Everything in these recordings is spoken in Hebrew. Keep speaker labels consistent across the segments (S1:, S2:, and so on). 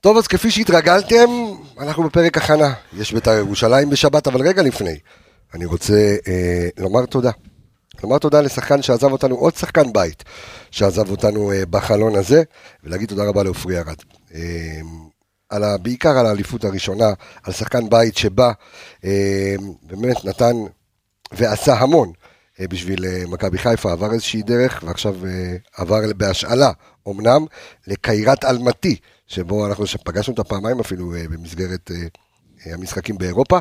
S1: טוב, אז כפי שהתרגלתם, אנחנו בפרק הכנה. יש בית"ר ירושלים בשבת, אבל רגע לפני, אני רוצה אה, לומר תודה. לומר תודה לשחקן שעזב אותנו, עוד שחקן בית שעזב אותנו אה, בחלון הזה, ולהגיד תודה רבה לעופרי ארד. אה, על ה, בעיקר על האליפות הראשונה, על שחקן בית שבא, אה, באמת נתן ועשה המון אה, בשביל אה, מכבי חיפה, עבר איזושהי דרך, ועכשיו אה, עבר בהשאלה, אמנם, לקיירת אלמתי, שבו אנחנו ש- פגשנו אותה פעמיים אפילו אה, במסגרת אה, אה, המשחקים באירופה.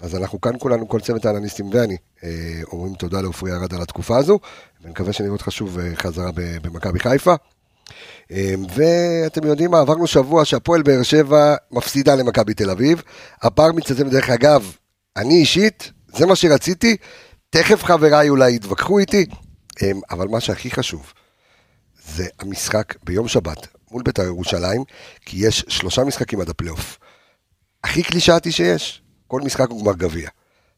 S1: אז אנחנו כאן כולנו, כל צוות האנליסטים ואני, אה, אומרים תודה לעופרי ארד על התקופה הזו, ונקווה שנראה אותך שוב אה, חזרה ב- במכבי חיפה. אה, ואתם יודעים מה, עברנו שבוע שהפועל באר שבע מפסידה למכבי תל אביב. הברמיץ הזה, דרך אגב, אני אישית, זה מה שרציתי, תכף חבריי אולי יתווכחו איתי, אה, אבל מה שהכי חשוב, זה המשחק ביום שבת מול בית"ר ירושלים, כי יש שלושה משחקים עד הפלייאוף. הכי קלישאתי שיש, כל משחק הוא גמר גביע.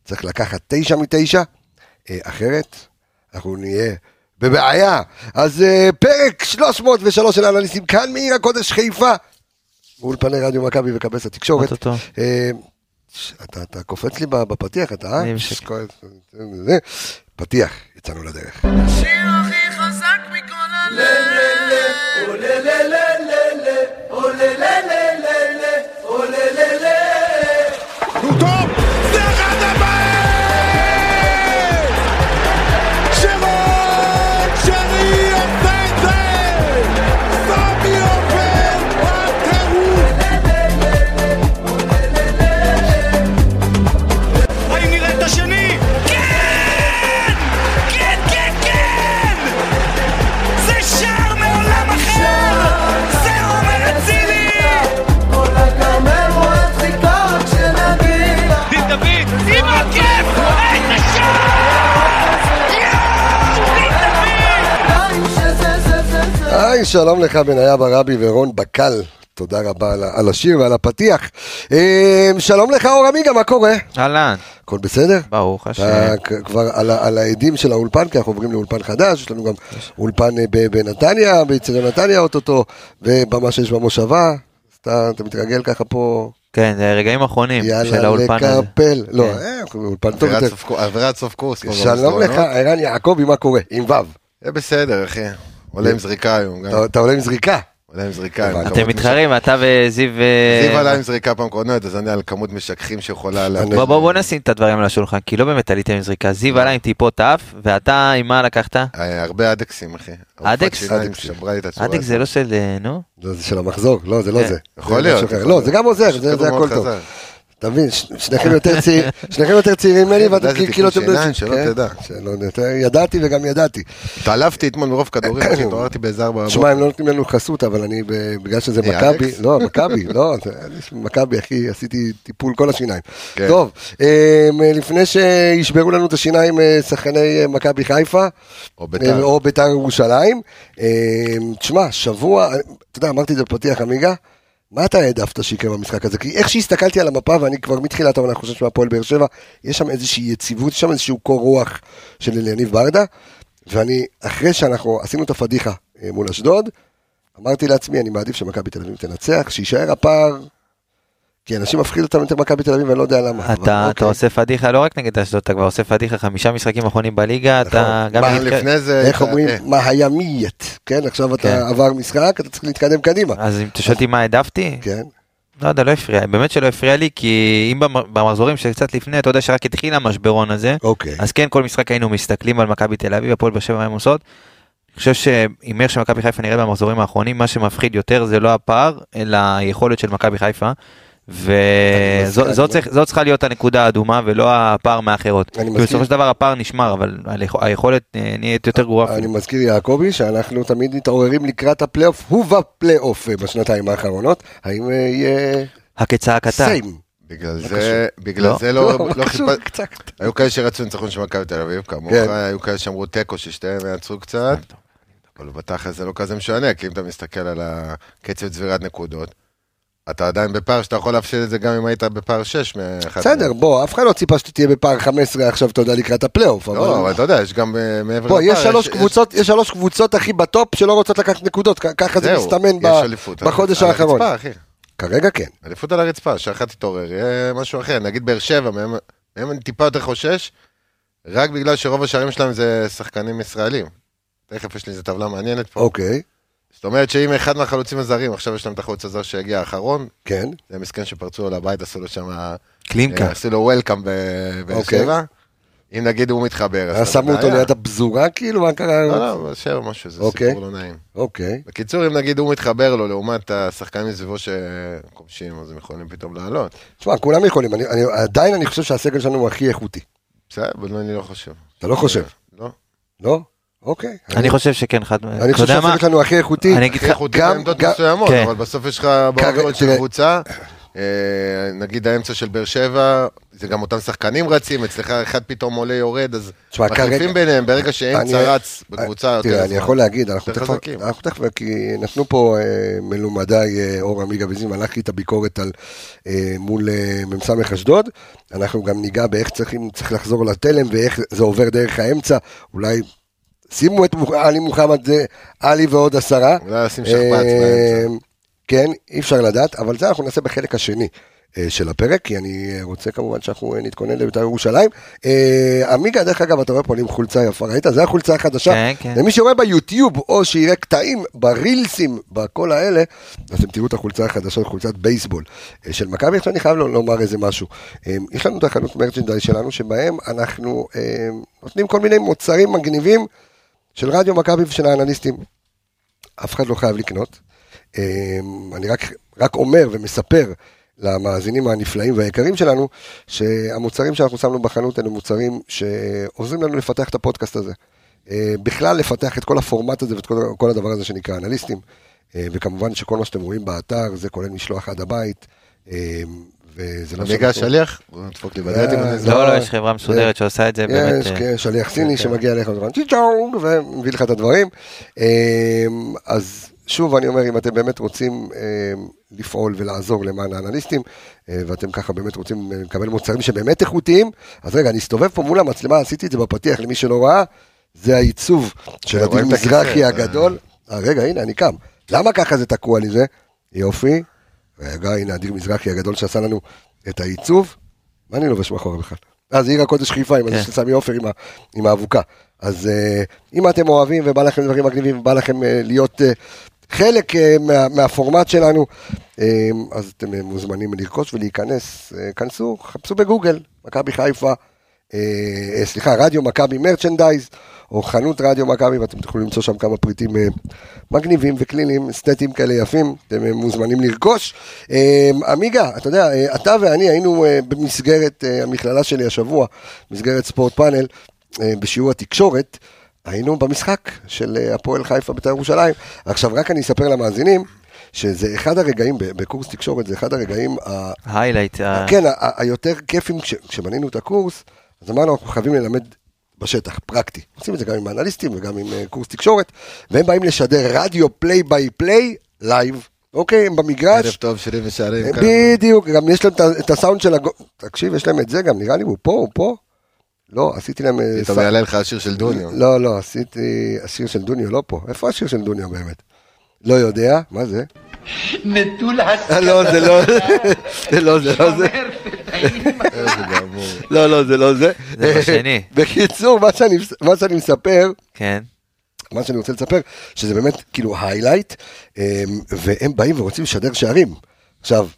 S1: צריך לקחת תשע מתשע, אה, אחרת אנחנו נהיה בבעיה. אז אה, פרק 303 של האנליסטים כאן מעיר הקודש חיפה, מאולפני רדיו מכבי וכבס התקשורת.
S2: אוטוטו.
S1: אה, ש- אתה, אתה קופץ לי בפתיח, אתה אה?
S2: אני בשקט.
S1: שכל- זה- אה. פתיח, יצאנו לדרך.
S3: השיר הכי חזק מכל הלב.
S4: הוא טוב! זה אחד הבעיה! שרון שרי עושה את זה! סמי עופר בטירוף! האם נראה את השני? כן! כן, כן, כן! זה שער מעולם אחר! זה עומר אצילי! דין דוד, עם הכיף, איזה שער! יואו, דין דוד!
S1: היי, שלום לך בניה ברבי ורון בקל. תודה רבה על, ה- על השיר ועל הפתיח. אה, שלום לך אור עמיגה, מה קורה?
S2: אהלן,
S1: הכל בסדר?
S2: ברוך השם.
S1: אתה כ- כבר על, ה- על העדים של האולפן, כי אנחנו עוברים לאולפן חדש, יש לנו גם אולפן אה, ב- בנתניה, באצטדיון נתניה אוטוטו, ובמה שיש במושבה, אז אתה, אתה מתרגל ככה פה,
S2: כן, זה רגעים אחרונים של
S1: יאללה,
S2: האולפן הזה.
S1: לקפל. לא,
S2: כן.
S1: אה, אנחנו באולפן טוב
S5: אווירת
S1: יותר.
S5: סוף קו- אווירת סוף קורס. כבר
S1: שלום
S5: במסדרונות. אה.
S1: לך, ערן יעקבי, מה קורה? עם ו'.
S5: זה בסדר, אחי. עולה עם זריקה היום, גם.
S1: אתה- אתה עולה עם זריקה.
S5: עולה עם זריקה. עם
S1: הבנתי.
S5: כמות
S2: אתם מתחרים, אתה וזיו... אה,
S5: מש- זיו עלה עם זריקה פעם קודמת, אז אני על כמות משככים שיכולה לה...
S2: בוא בוא בוא נשים את הדברים על השולחן, כי לא באמת עליתם עם זריקה.
S1: לא.
S2: זיו עלה עם טיפות אף, ואתה עם מה לקחת?
S5: אה, הרבה אדקסים, אחי.
S2: אדקס?
S5: רופאת שיניים
S1: אדקס.
S5: שברה לי את הצורה.
S2: אדיק זה לא של... אה, נו?
S1: לא, זה של המחזור, לא, זה לא
S2: כן.
S1: זה.
S5: יכול
S1: זה
S5: להיות,
S1: משהו אחר.
S5: יכול
S1: לא,
S5: להיות.
S1: זה גם עוזר,
S5: פשוט
S1: זה זה
S5: כדור
S1: הכל
S5: מאוד
S1: טוב.
S5: חזק.
S1: אתה מבין, ש- שניכם יותר צעירים, שניכם יותר צעירים ממני,
S5: כן,
S1: ואתם
S5: זה
S1: כאילו כאילו
S5: טיפול
S1: אתם...
S5: שיניים, שלא
S1: כן,
S5: תדע.
S1: שלא נדע, ידעתי וגם ידעתי.
S5: התעלפתי אתמול מרוב כדורים, אחי, התעוררתי באיזה ארבע
S1: תשמע,
S5: בבוקר.
S1: הם לא נותנים לנו חסות, אבל אני, ב- בגלל שזה
S5: מי,
S1: מכבי,
S5: אה, אלכס?
S1: לא, מכבי, לא, זה- יש מכבי, אחי, עשיתי טיפול כל השיניים.
S5: כן.
S1: טוב, אמ, לפני שישברו לנו את השיניים אה, שחקני אה, מכבי חיפה,
S5: או בית"ר.
S1: אה, או בית"ר ירושלים, אמ, תשמע, שבוע, אתה יודע, אמרתי את זה בפתיח, עמיגה, מה אתה העדפת שיקרה במשחק הזה? כי איך שהסתכלתי על המפה, ואני כבר מתחילת העונה חושב שמהפועל באר שבע, יש שם איזושהי יציבות, יש שם איזשהו קור רוח של יניב ברדה, ואני, אחרי שאנחנו עשינו את הפדיחה אה, מול אשדוד, אמרתי לעצמי, אני מעדיף שמכבי תל אביב תנצח, שיישאר הפער, כי אנשים מפחיד אותם יותר מכבי תל אביב, ואני לא יודע למה. אבל
S2: אתה אתה
S1: אוקיי.
S2: עושה פדיחה לא רק נגד אשדוד, אתה כבר עושה פדיחה חמישה משחקים אחרונים בליגה,
S1: נכון.
S2: אתה גם...
S5: מה,
S2: נגד-
S5: לפני זה...
S1: איך אומרים,
S5: אה,
S1: מה היה מיית, כן? עכשיו
S2: כן.
S1: אתה עבר משחק, אתה צריך להתקדם קדימה.
S5: אה.
S2: אז אם אתה שואל אותי מה העדפתי,
S1: כן,
S2: לא יודע, לא הפריע, באמת שלא הפריע לי, כי אם במ- במחזורים שקצת לפני, אתה יודע שרק התחיל המשברון הזה,
S1: אוקיי.
S2: אז כן, כל משחק היינו מסתכלים על מכבי תל אביב, הפועל באר שבע, מה הם עושות. אני חושב שעם איך שמכבי חיפה נראית במחזורים האחרונים, מה שמפחיד יותר זה לא הפער, אלא היכולת של מכבי חיפה.
S1: אני מסכים.
S2: וזו צריכה להיות הנקודה האדומה ולא הפער מהאחרות.
S1: אני
S2: כי
S1: מסכים.
S2: בסופו של דבר הפער נשמר, אבל היכול- היכולת אה, נהיית יותר גרועה.
S1: אני מזכיר יעקבי שאנחנו תמיד מתעוררים לקראת הפלייאוף ובפלייאוף אה, בשנתיים האחרונות. האם אה, יהיה
S2: הכצעקתה.
S1: סיים?
S5: בגלל
S1: לא
S5: זה, בגלל זה לא לא
S1: קשור,
S5: חיפשתי,
S1: קצת, קצת.
S5: היו כאלה שרצו ניצחון של מכבי תל אביב, כמוך,
S1: כן.
S5: היו כאלה שאמרו תיקו ששתיהם יעצרו קצת, אבל בתכל'ס זה לא כזה משנה, כי אם אתה מסתכל על הקצב צבירת נקודות, אתה עדיין בפער שאתה יכול להפסיד את זה גם אם היית בפער 6 מאחד.
S1: בסדר,
S5: מהם.
S1: בוא, אף אחד לא ציפה שתהיה בפער 15 עכשיו, אתה יודע, לקראת הפלייאוף.
S5: לא, אבל אתה יודע, יש גם אה, מעבר
S1: בוא, יש שלוש קבוצות, יש שלוש קבוצות, אחי, בטופ שלא רוצות לקחת נקודות, כ- ככה זה
S5: זהו,
S1: מסתמן
S5: יש
S1: ב-
S5: אליפות,
S1: בחודש
S5: על
S1: האחרון.
S5: הרצפה, אחי.
S1: כרגע כן.
S5: עדיפות על הרצפה, שאחת תתעורר, יהיה משהו אחר. נגיד באר שבע, מהם מהם אני טיפה יותר חושש, רק בגלל שרוב השערים שלהם זה שחקנים ישראלים. תכף יש לי איזה טבלה מעניינת פה.
S1: אוקיי,
S5: זאת אומרת שאם אחד מהחלוצים הזרים, עכשיו יש להם את החלוץ הזר שהגיע האחרון,
S1: כן.
S5: זה מסכן שפרצו לו לבית, עשו לו שם, אה,
S2: קלינקה.
S5: עשו לו וולקאם בבאר
S1: אוקיי.
S5: שבע. אם נגיד הוא מתחבר,
S1: אז
S5: אתה
S1: שמו אותו
S5: בבעיה.
S1: ליד הפזורה, כאילו, מה
S5: לא,
S1: קרה?
S5: לא, שיר משהו, זה
S1: אוקיי.
S5: סיפור לא נעים.
S1: אוקיי.
S5: בקיצור, אם נגיד הוא מתחבר לו לעומת השחקנים מסביבו שכובשים, אז הם יכולים פתאום לעלות.
S1: תשמע, כולם יכולים, אני- אני- עדיין אני חושב שהסגל שלנו הוא הכי איכותי.
S5: בסדר, אבל אני לא חושב.
S1: אתה לא חושב,
S5: לא.
S1: לא? אוקיי.
S2: אני חושב שכן, חד...
S1: אני חושב שהסגל שלנו הכי איכותי.
S2: אני אגיד
S5: הכי
S2: לך,
S5: איכותי
S1: גם-
S5: בעמדות
S1: גם-
S5: מסוימות,
S2: כן.
S5: אבל בסוף יש לך
S1: כרגע,
S5: בעולם של
S1: תראה.
S5: קבוצה, אה, נגיד האמצע של באר שבע, זה גם אותם שחקנים רצים, אצלך אחד פתאום עולה יורד, אז
S1: תשמע, כרגע-
S5: מחליפים ביניהם ברגע
S1: אני- אה,
S5: שאמצע רץ בקבוצה יותר.
S1: תראה, אני
S5: זמן.
S1: יכול להגיד, אנחנו
S5: יותר
S1: תכף,
S5: חזקים.
S1: אנחנו תכף, כי נתנו פה אה, מלומדיי אה, אור עמיגה וזים, הלך לי את הביקורת על, אה, מול אה, מ"ס אשדוד, אנחנו גם ניגע באיך צריכים, צריך לחזור לתלם ואיך זה עובר דרך האמצע, אולי שימו את מוח- עלי מוחמד, זה עלי ועוד עשרה.
S5: אולי לשים שכפ"ץ באמצע.
S1: אה, כן, אי אפשר לדעת, אבל זה אנחנו נעשה בחלק השני. אה, של הפרק, כי אני אה, רוצה כמובן שאנחנו אה, נתכונן לבית"ר ירושלים. אה, עמיגה, דרך אגב, אתה רואה פה אני עם חולצה יפה, ראית? זה החולצה החדשה.
S2: כן, כן.
S1: למי שרואה ביוטיוב, או שיראה קטעים, ברילסים, בכל האלה, אז אתם תראו את החולצה החדשה, חולצת בייסבול אה, של מכבי. עכשיו אני חייב ל- לומר איזה משהו. אה, יש לנו את החנות מרצ'נדייז שלנו, שבהם אנחנו אה, נותנים כל מיני מוצרים מגניבים של רדיו מכבי ושל האנליסטים. אף אחד לא חייב לקנות. אמ, אני רק, רק אומר ומספר למאזינים הנפלאים והיקרים שלנו, שהמוצרים שאנחנו שמנו בחנות אלו מוצרים שעוזרים לנו לפתח את הפודקאסט הזה. אה, בכלל לפתח את כל הפורמט הזה ואת כל, כל הדבר הזה שנקרא אנליסטים. אה, וכמובן שכל מה שאתם רואים באתר זה כולל משלוח עד הבית. אמ, וזה לא
S5: אני אגע שליח, הוא ידפוק לי בדלת.
S1: אה,
S5: אני אזרוק.
S2: לא, לא, יש חברה מסודרת שעושה את זה, באמת.
S1: יש,
S2: אה,
S1: כן, שליח סיני שמגיע אליך בזמן צ'יצ'ונג, ומביא לך את הדברים. אמ, אז שוב אני אומר, אם אתם באמת רוצים אמ, לפעול ולעזור למען האנליסטים, אה, ואתם ככה באמת רוצים אה, לקבל מוצרים שבאמת איכותיים, אז רגע, אני אסתובב פה מול המצלמה, עשיתי את זה בפתיח למי שלא ראה, זה העיצוב של
S5: רואים
S1: עדיל
S5: את הכיסא,
S1: מזרחי
S5: אה.
S1: הגדול. אה, רגע, הנה, אני קם. למה ככה זה תקוע לי זה? יופי. רגע, הנה, אדיר מזרחי הגדול שעשה לנו את העיצוב. מה אני לובש מאחורה בכלל? אה, זה עיר הקודש חיפה, עם הזה
S2: כן.
S1: של סמי עופר, עם ה- עם האבוקה. אז אה, אם אתם אוהבים ובא לכם דברים מגניבים, ובא לכם אה, להיות אה, חלק אה, מה- מהפורמט שלנו, אה, אז אתם אה, מוזמנים לרכוש ולהיכנס. אה, כנסו, חפשו בגוגל, מכבי חיפה, אה, אה, סליחה, רדיו מכבי מרצ'נדייז, או חנות רדיו מכבי, ואתם תוכלו למצוא שם כמה פריטים אה, מגניבים וקליניים, אסתטיים כאלה יפים, אתם אה, מוזמנים לרכוש. אה, עמיגה, אתה יודע, אה, אתה ואני היינו אה, במסגרת אה, המכללה שלי השבוע, מסגרת ספורט פאנל, אה, בשיעור התקשורת, היינו במשחק של אה, הפועל חיפה בית"ר ירושלים. עכשיו, רק אני אספר למאזינים, שזה אחד הרגעים, ב- בקורס תקשורת, זה אחד הרגעים ה-
S2: היילייט. ה-
S1: כן, ה- ה- היותר כיפים, כש- כשבנינו את הקורס, אז אמרנו, אנחנו חייבים ללמד בשטח, פרקטי. עושים את זה גם עם אנליסטים וגם עם אה, קורס תקשורת, והם באים לשדר רדיו פליי ביי פליי, לייב, אוקיי? הם
S5: ערב
S1: במגרש.
S5: טוב שלי ושערים. כן.
S1: הם
S5: כאן.
S1: בדיוק, גם יש להם את ה- את הסאונד של הגו... תקשיב, יש להם את זה גם, נראה לי, הוא פה, הוא פה. לא, עשיתי להם... אה,
S5: פתאום
S1: סא-
S5: יעלה לך השיר של דוניו.
S1: לא, לא, עשיתי... השיר של דוניו לא פה. איפה השיר של דוניו באמת? לא יודע, מה זה?
S6: נטול
S1: אה,
S6: השכלה,
S1: לא, זה לא... זה לא, זה לא זה.
S6: אומר פתאים,
S5: איזה גמור.
S1: לא, לא, זה לא זה.
S2: זה בשני.
S1: בקיצור, מה שאני, מה שאני מספר,
S2: כן.
S1: מה שאני רוצה לספר, שזה באמת כאילו היילייט, והם באים ורוצים לשדר שערים. עכשיו,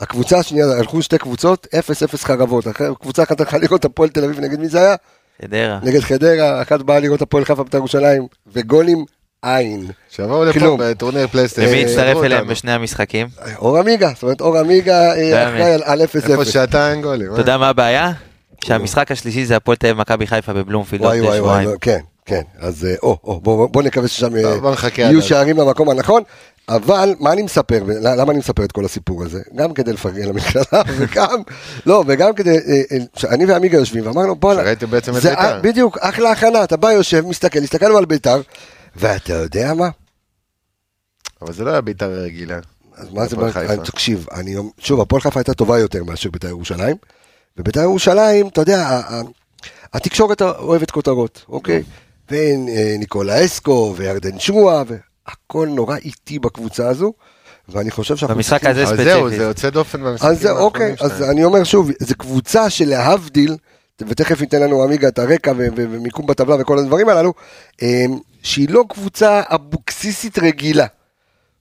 S1: הקבוצה השנייה, הלכו שתי קבוצות, 0-0 חרבות. אחרי- קבוצה אחת הלכה לראות הפועל תל אביב, נגד מי זה היה?
S2: חדרה.
S1: נגד חדרה, אחת באה לראות הפועל חיפה בית"ר ירושלים, וגולים אין.
S5: שיבואו לפה
S1: כלום.
S5: בטורניר פלייסטיישן.
S1: אה,
S2: ומי הצטרף
S5: יראו
S2: אליהם
S5: אותנו.
S2: בשני המשחקים?
S1: אור עמיגה, זאת אומרת אור עמיגה אה,
S2: באמת.
S1: אחראי על- על 0-0.
S5: איפה שאתה אין גולים. אה?
S2: אתה יודע מה הבעיה? שהמשחק השלישי זה הפועל תל אביב מכבי חיפה בבלומפילד
S1: וואי
S2: עוד
S1: וואי וואי,
S2: שבועיים.
S1: לא, כן, כן, אז אה, או, או, בואו בוא נקווה ששם אה,
S5: בוא נחכה עד
S1: יהיו
S5: אז.
S1: שערים למקום הנכון, אבל מה אני מספר, ול- למה אני מספר את כל הסיפור הזה? גם כדי לפרגן למכללה, וגם, לא, וגם כדי, אה, אה, שאני ועמיגה יושבים, ואמרנו, בואנה,
S5: שראיתם בעצם את
S1: זה
S5: בית"ר."
S1: אה, בדיוק, אחלה הכנה, אתה בא, יושב, מסתכל, הסתכלנו על בית"ר, ואתה יודע מה?
S5: אבל זה לא היה בית"ר רגילה.
S1: אז מה זה,
S5: הפועל
S1: בנק-
S5: חיפה.
S1: אני- תקשיב, אני, שוב, הפועל חיפה הייתה טובה יותר מאשר בית"ר ירושלים, ובית"ר ירושלים, אתה יודע, ה- ה- התקשורת אוהבת כותרות, אוקיי?
S5: Mm.
S1: אה, וניקולה אסקו וירדן שואה, והכל נורא איטי בקבוצה הזו, ואני חושב שאנחנו...
S2: במשחק
S1: צריכים-
S2: הזה
S5: אבל
S2: ספציפית.
S5: זהו, זה יוצא דופן במשחקים
S1: אז זה אוקיי,
S5: האחרונים
S1: אז
S5: שלהם.
S1: אני אומר שוב, זו קבוצה שלהבדיל, ותכף ייתן לנו עמיגה את הרקע ו- ו- ומיקום בטבלה וכל הדברים הללו, אמ, שהיא לא קבוצה אבוקסיסית רגילה.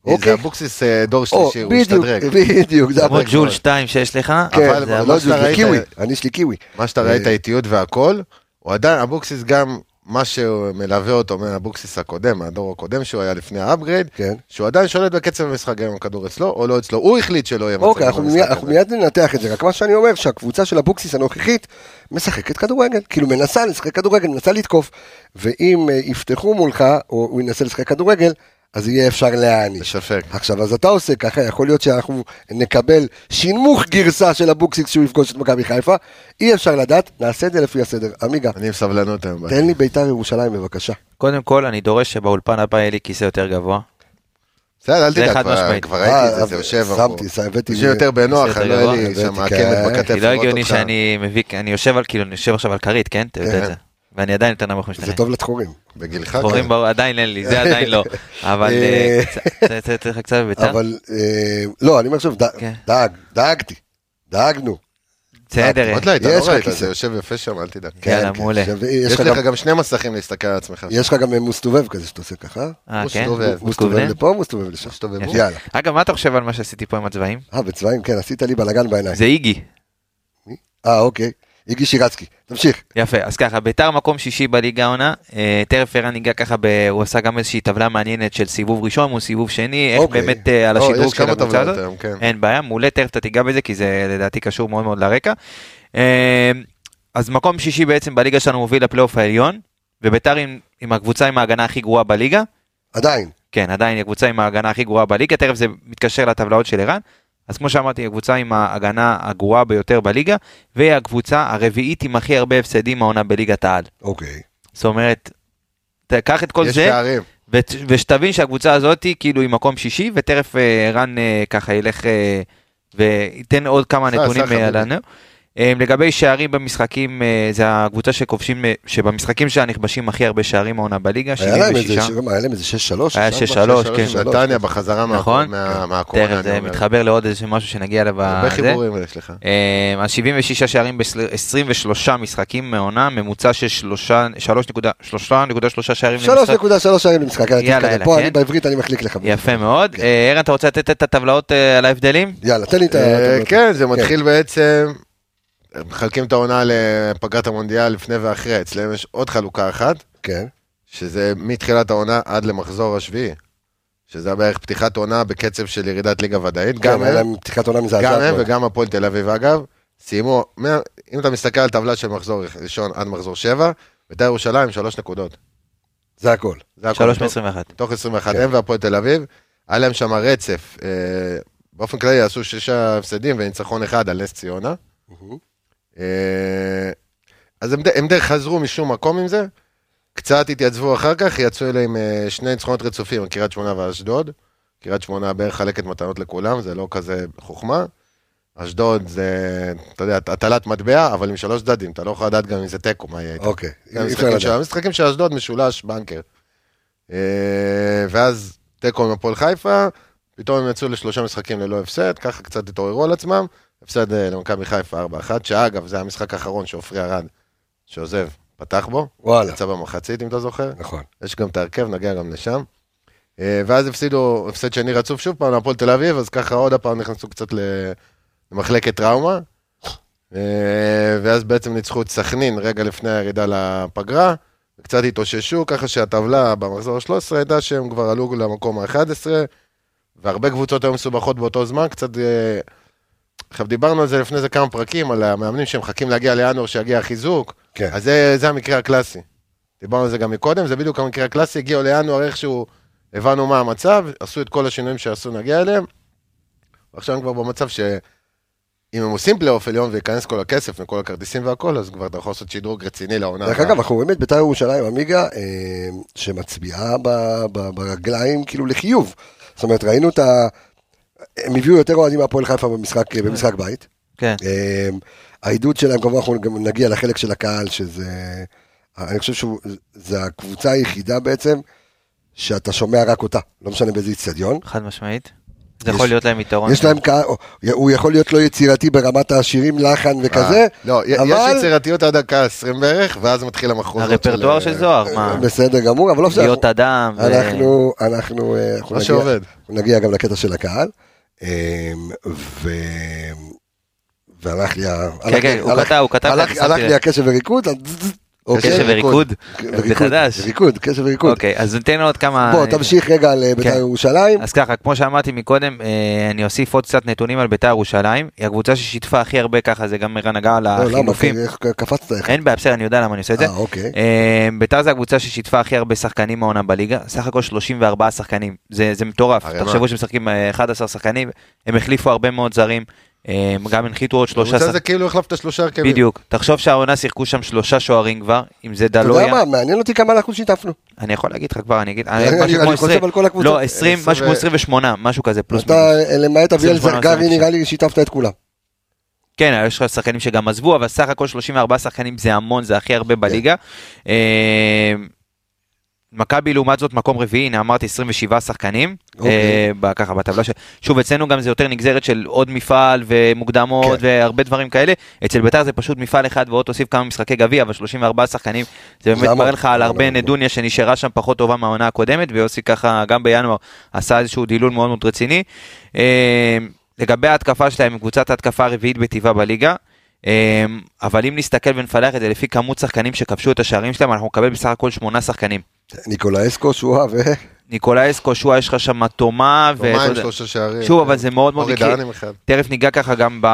S5: זה
S1: אוקיי?
S5: אבוקסיס אה, דור
S1: או,
S5: שלישי, הוא
S1: בדיוק,
S5: השתדרג.
S1: בדיוק, זה
S2: כמו
S1: אבוקסיס.
S2: ג'ול 2 שיש לך,
S1: כן,
S2: אבל זה
S5: אבל
S1: זה
S5: מה
S1: לא
S2: אבוקסיס.
S5: שאתה
S1: ג'ול, זה
S5: ראית-
S1: קיווי, אני שלי קיווי.
S5: מה שאתה
S1: אה,
S5: ראית, איטיות והכל, הוא עדיין, אבוקסיס גם, מה שמלווה אותו מהאבוקסיס הקודם, מהדור הקודם שהוא היה לפני האפגרייד,
S1: כן.
S5: שהוא עדיין שולט בקצב המשחק גם אם הכדור אצלו או לא אצלו, הוא החליט שלא יהיה
S1: אוקיי, אנחנו מיד-
S5: במשחק
S1: אנחנו
S5: הזה.
S1: מיד ננתח את זה, רק מה שאני אומר שהקבוצה של אבוקסיס הנוכחית משחקת כדורגל, כאילו מנסה לשחק כדורגל, מנסה לתקוף, ואם אה, יפתחו מולך, או הוא ינסה לשחק כדורגל, אז יהיה אפשר להעניש.
S5: בספק.
S1: עכשיו, אז אתה עושה ככה, יכול להיות שאנחנו נקבל שינמוך גרסה של אבוקסיס כשהוא יפגוש את מכבי חיפה, אי אפשר לדעת, נעשה את זה לפי הסדר. עמיגה,
S5: אני עם סבלנות היום.
S1: תן לי ביתר ירושלים בבקשה.
S2: קודם כל, אני דורש שבאולפן הבא יהיה לי כיסא יותר גבוה.
S5: בסדר, אל
S2: זה
S5: תדאג,
S2: חד
S5: כבר-
S2: משמעית.
S5: כבר ראיתי את
S1: אה,
S5: זה, זה יושב.
S1: שמתי,
S5: אמרו.
S1: שם, הבאתי-
S5: יושב יותר בנוח,
S2: בסדר,
S5: אני לא
S2: גבוה,
S5: היה לי שם
S1: הבאתי, כן.
S5: עקרת בכתף.
S2: כי לא
S5: לראות
S2: הגיוני
S5: אותך.
S2: שאני מביא, אני יושב על, כאילו, אני יושב עכשיו על כרית, כן? אתה יודע את זה. ואני עדיין יותר נמוך משתנה.
S1: זה טוב לתחורים.
S5: בגילך. כן.
S2: חורים ברור, עדיין אין לי, זה עדיין לא. אבל
S1: אה,
S2: אה, קצת- זה- זה צריך קצת בביתר.
S1: אבל, אה, לא, אני אומר שוב, ד-
S2: כן.
S1: דאג, דעגתי, דאגנו.
S2: בסדר,
S5: עוד לא היית,
S1: יש לך
S5: לא ראית,
S1: כיסא.
S5: זה יושב יפה שם, אל תדאג.
S2: יאללה, מעולה.
S1: עכשיו, אה,
S5: יש
S1: גם-
S5: לך גם שני מסכים להסתכל על עצמך.
S1: יש לך גם אה, מסתובב כזה שאתה עושה ככה.
S2: אה,
S5: הוא
S2: כן?
S5: מסתובב,
S1: הוא מסתובב
S2: מסתובב?
S1: לפה, הוא מסתובב לשם.
S5: תסתובבו.
S2: יפה.
S1: יאללה.
S2: אגב, מה אתה חושב על מה שעשיתי פה עם הצבעים?
S1: אה, בצבעים, כן, עשית לי בלאגן בעיניים.
S2: זה איגי.
S1: אה, אוקיי. איגי שירצקי, תמשיך.
S2: יפה, אז ככה, ביתר מקום שישי בליגה העונה, אה, תכף ערן ניגע ככה, ב... הוא עשה גם איזושהי טבלה מעניינת של סיבוב ראשון מול סיבוב שני, איך
S1: אוקיי.
S2: באמת אה, על
S5: או,
S2: השדרוג
S5: לא, יש
S2: של
S5: כמה
S2: הקבוצה
S5: טבלאות
S2: הזאת,
S5: היום, כן.
S2: אין בעיה, מעולה, תכף אתה תיגע בזה, כי זה לדעתי קשור מאוד מאוד לרקע. אה, אז מקום שישי בעצם בליגה שלנו מוביל לפלייאוף העליון, וביתר עם, עם הקבוצה עם ההגנה הכי גרועה בליגה,
S1: עדיין.
S2: כן, עדיין היא הקבוצה עם ההגנה הכי גרועה בליגה, תכף זה מתקשר לטבלאות של ערן. אז כמו שאמרתי, היא הקבוצה עם ההגנה הגרועה ביותר בליגה, והיא הקבוצה הרביעית עם הכי הרבה הפסדים העונה בליגת העל.
S1: אוקיי.
S2: זאת אומרת, תקח את כל
S5: יש
S2: זה,
S5: פערים.
S2: ו- ושתבין שהקבוצה הזאת היא כאילו היא מקום שישי, ותכף אה, ערן אה, ככה ילך אה, וייתן עוד כמה
S5: סע,
S2: נתונים
S5: סע, חביבי.
S2: אה, לנו. אה, לגבי שערים במשחקים, אה, זה הקבוצה שכובשים, אה, שבמשחקים שלה נכבשים הכי הרבה שערים העונה בליגה,
S1: היה להם איזה
S2: 76.
S1: ש- מה, היה להם איזה 6-3?
S2: היה
S1: עכשיו?
S2: שש- שלוש,
S5: שלוש
S2: כן.
S5: עם נתניה בחזרה מה-
S2: נכון?
S5: מה- מהקורונה.
S2: תכף זה
S5: אני אומר.
S2: מתחבר לעוד איזה משהו שנגיע אליו.
S5: הרבה
S2: בזה.
S5: חיבורים יש לך.
S2: אה, אז 76 שערים ב-23 משחקים מעונה, ממוצע של שלושה- שלוש נקודה- 3.3 שערים
S1: 3.3 שערים למשחק, יאללה,
S2: יאללה,
S1: תתקדם. פה
S2: כן.
S1: אני בעברית, אני מחליק לך.
S2: יפה מאוד. אה, ערן, אתה רוצה לתת את הטבלאות אה, על ההבדלים?
S1: יאללה, תן לי את ה...
S5: אה,
S1: את-
S5: כן, זה מתחיל בעצם, מחלקים את העונה לפגרת המונדיאל לפני ואחרי, אצלם יש עוד חלוקה אחת,
S1: כן.
S5: שזה מתחילת העונה עד למחזור השביעי, שזה היה בערך פתיחת עונה בקצב של ירידת ליגה ודאית,
S1: גם
S5: גם
S1: כן, היה
S5: הם,
S1: להם פתיחת עונה
S5: גם
S1: מזעזעת.
S5: הם
S1: מאוד.
S5: וגם הפועל תל אביב אגב, סיימו, מה- אם אתה מסתכל על טבלה של מחזור ראשון עד מחזור שבע, בית"ר ירושלים שלוש נקודות,
S1: זה הכל.
S5: זה הכל.
S2: 3 מ-21.
S5: תוך 21
S1: כן.
S5: הם והפועל תל אביב, היה להם שם רצף. אה, באופן כללי עשו שישה הפסדים וניצחון אחד על נס ציונה. אה, אז הם די- הם די חזרו משום מקום עם זה, קצת התייצבו אחר כך, יצאו אליהם אה, שני ניצחונות רצופים, על קריית שמונה ואשדוד. קריית שמונה בערך חלקת מתנות לכולם, זה לא כזה חוכמה. אשדוד זה, אתה יודע, הטלת מטבע, אבל עם שלוש צדדים, אתה לא יכול לדעת גם אם זה תיקו, מה יהיה איתו.
S1: אוקיי. אי אפשר
S5: המשחקים של-
S1: לדעת.
S5: המשחקים של אשדוד משולש בנקר. אה, ואז תיקו עם הפועל חיפה, פתאום הם יצאו לשלושה משחקים ללא הפסד, ככה קצת התעוררו על עצמם, הפסד אה, למכבי חיפה 4-1, שאגב, זה המשחק האחרון שעופרי ארד, שעוזב, פתח בו,
S1: וואלה.
S5: יצא במחצית אם אתה זוכר,
S1: נכון.
S5: יש גם את ההרכב, נגיע גם לשם. אה, ואז הפסידו, הפסד שני רצוף שוב פעם להפועל תל אביב, אז ככה עוד הפעם נכנסו קצת ל- למחלקת טראומה. אה, ואז בעצם ניצחו את סכנין רגע לפני הירידה לפגרה, קצת התאוששו, ככה שהטבלה במחזור ה-13 הייתה שהם כבר עלו למקום ה-11, והרבה קבוצות היו מסובכות באותו זמן, קצת... אה, עכשיו דיברנו על זה לפני זה כמה פרקים, על המאמנים שמחכים להגיע לינואר שיגיע החיזוק,
S1: כן.
S5: אז זה, זה המקרה הקלאסי. דיברנו על זה גם מקודם, זה בדיוק המקרה הקלאסי, הגיעו לינואר איכשהו, הבנו מה המצב, עשו את כל השינויים שעשו, נגיע אליהם, ועכשיו הם כבר במצב ש... אם הם עושים פלייאוף עליון וייכנס כל הכסף מכל הכרטיסים והכל, אז כבר אתה יכול לעשות שדרוג רציני לעונה.
S1: דרך
S5: הבאה.
S1: אגב, אנחנו רואים את בית"ר ירושלים, עמיגה, אה, שמצביעה ב- ב- ברגליים כאילו לחיוב. זאת אומרת, ראינו את ה... הם הביאו יותר אוהדים מהפועל חיפה במשחק, אה, במשחק בית.
S2: כן.
S1: אה, העידוד שלהם, כמובן אנחנו גם נגיע לחלק של הקהל, שזה... אני חושב שזו הקבוצה היחידה בעצם, שאתה שומע רק אותה, לא משנה באיזה איצטדיון.
S2: חד משמעית. זה יכול להיות להם יתרון.
S5: נכון.
S1: יש להם קהל, הוא יכול להיות לא יצירתי ברמת השירים, לחן וכזה,
S5: אה, לא, י- יש
S1: אבל
S5: יצירתיות עד דקה 20 בערך, ואז מתחיל המחוזות של... אה,
S2: הרפרטואר
S1: אה,
S2: של זוהר, מה?
S1: בסדר גמור, אבל לא משנה.
S2: להיות אדם. אה, ו-
S1: אנחנו, אנחנו, אה, אנחנו
S5: מה
S1: נגיע-
S5: שעובד.
S1: אנחנו נגיע גם לקטע של הקהל. אמ, ו... והלך לי ה...
S2: כן,
S1: הלך
S2: כן,
S1: לי-
S2: הוא
S1: הלך-
S2: קטע, הוא קטע,
S1: הלך-
S2: שמתי
S1: הלך
S2: לב.
S1: לי הקשב וריקוד, אז- אוקיי.
S2: קשב וריקוד. זה
S1: וריקוד,
S2: חדש.
S1: ריקוד, קשב וריקוד.
S2: אוקיי, אז ניתן עוד כמה...
S1: בוא, תמשיך רגע על אה, בית"ר
S2: כן.
S1: ירושלים.
S2: אז ככה, כמו שאמרתי מקודם, אה, אני אוסיף עוד קצת נתונים על ביתר ירושלים. היא הקבוצה ששיתפה הכי הרבה ככה, זה גם ערן נגע על
S1: לא, למה?
S2: החילופים.
S1: איך קפצת? איך-
S2: אין בעיה, בסדר, אני יודע למה אני עושה את זה.
S1: אה, אוקיי.
S2: אה, ביתר זה הקבוצה ששיתפה הכי הרבה שחקנים העונה בליגה, סך הכל 34 שחקנים, זה, זה מטורף,
S5: הרי מה?
S2: תחשבו שמשחקים אה, 11 שחקנים, הם החליפו הרבה מאוד זרים, אה, הם גם הנחיתו עוד שלושה
S5: קבוצה
S2: שחקנים,
S5: זה כאילו החלפת שלושה הרכבים.
S2: בדיוק, תחשוב שהעונה שיחקו שם שלושה שוערים כבר, אם זה
S1: אתה יודע
S2: דלויה,
S1: מה, מעניין אותי כמה אנחנו שיתפנו.
S2: אני יכול להגיד לך כבר, אני אגיד,
S1: אני-
S2: משהו
S1: אני
S2: כמו
S1: חושב
S2: 20,
S1: על כל הקבוצות. אה,
S2: לא 20, משהו כמו 28, משהו כזה, פלוס
S1: אתה,
S2: מינוס,
S1: אה, למעט אביאל
S2: 28,
S1: זרגרי,
S2: 29.
S1: נראה לי שיתפת את כולם.
S2: כן, יש לך שחקנים שגם עזבו, אבל סך הכל 34 שחקנים זה המון, זה הכי
S1: כן.
S2: הרבה בליגה. אה, מכבי לעומת זאת מקום רביעי, הנה אמרתי 27 שחקנים,
S1: אוקיי.
S2: אה, ב- ככה בטבלה של... שוב, אצלנו גם זה יותר נגזרת של עוד מפעל ומוקדמות
S1: כן.
S2: והרבה דברים כאלה, אצל בית"ר זה פשוט מפעל אחד ועוד תוסיף כמה משחקי גביע, אבל 34 שחקנים, זה
S1: זה
S2: באמת
S1: המון.
S2: מראה לך על
S1: זה
S2: הרבה
S1: המון.
S2: נדוניה שנשארה שם פחות טובה מהעונה הקודמת, ויוסי ככה גם בינואר עשה איזשהו דילול מאוד מאוד רציני. אה, לגבי ההתקפה שלהם, קבוצת ההתקפה הרביעית בטבעה בליגה, אה, אבל אם נסתכל ונפלח את זה לפי כמות שחקנים שכבשו את השערים שלהם, אנחנו נקבל בסך הכל שמונה שחקנים.
S1: ניקולא אסקו, שואה ו...
S2: ניקולאיס קושוע, יש לך שם תומה, ו- אתה
S5: יומיים,
S2: יודע-
S5: שלושה שערים.
S2: שוב, אבל זה מאוד מאוד
S5: אורי
S2: מקרי.
S5: דהן עם אחד.
S2: תכף ניגע ככה גם ב...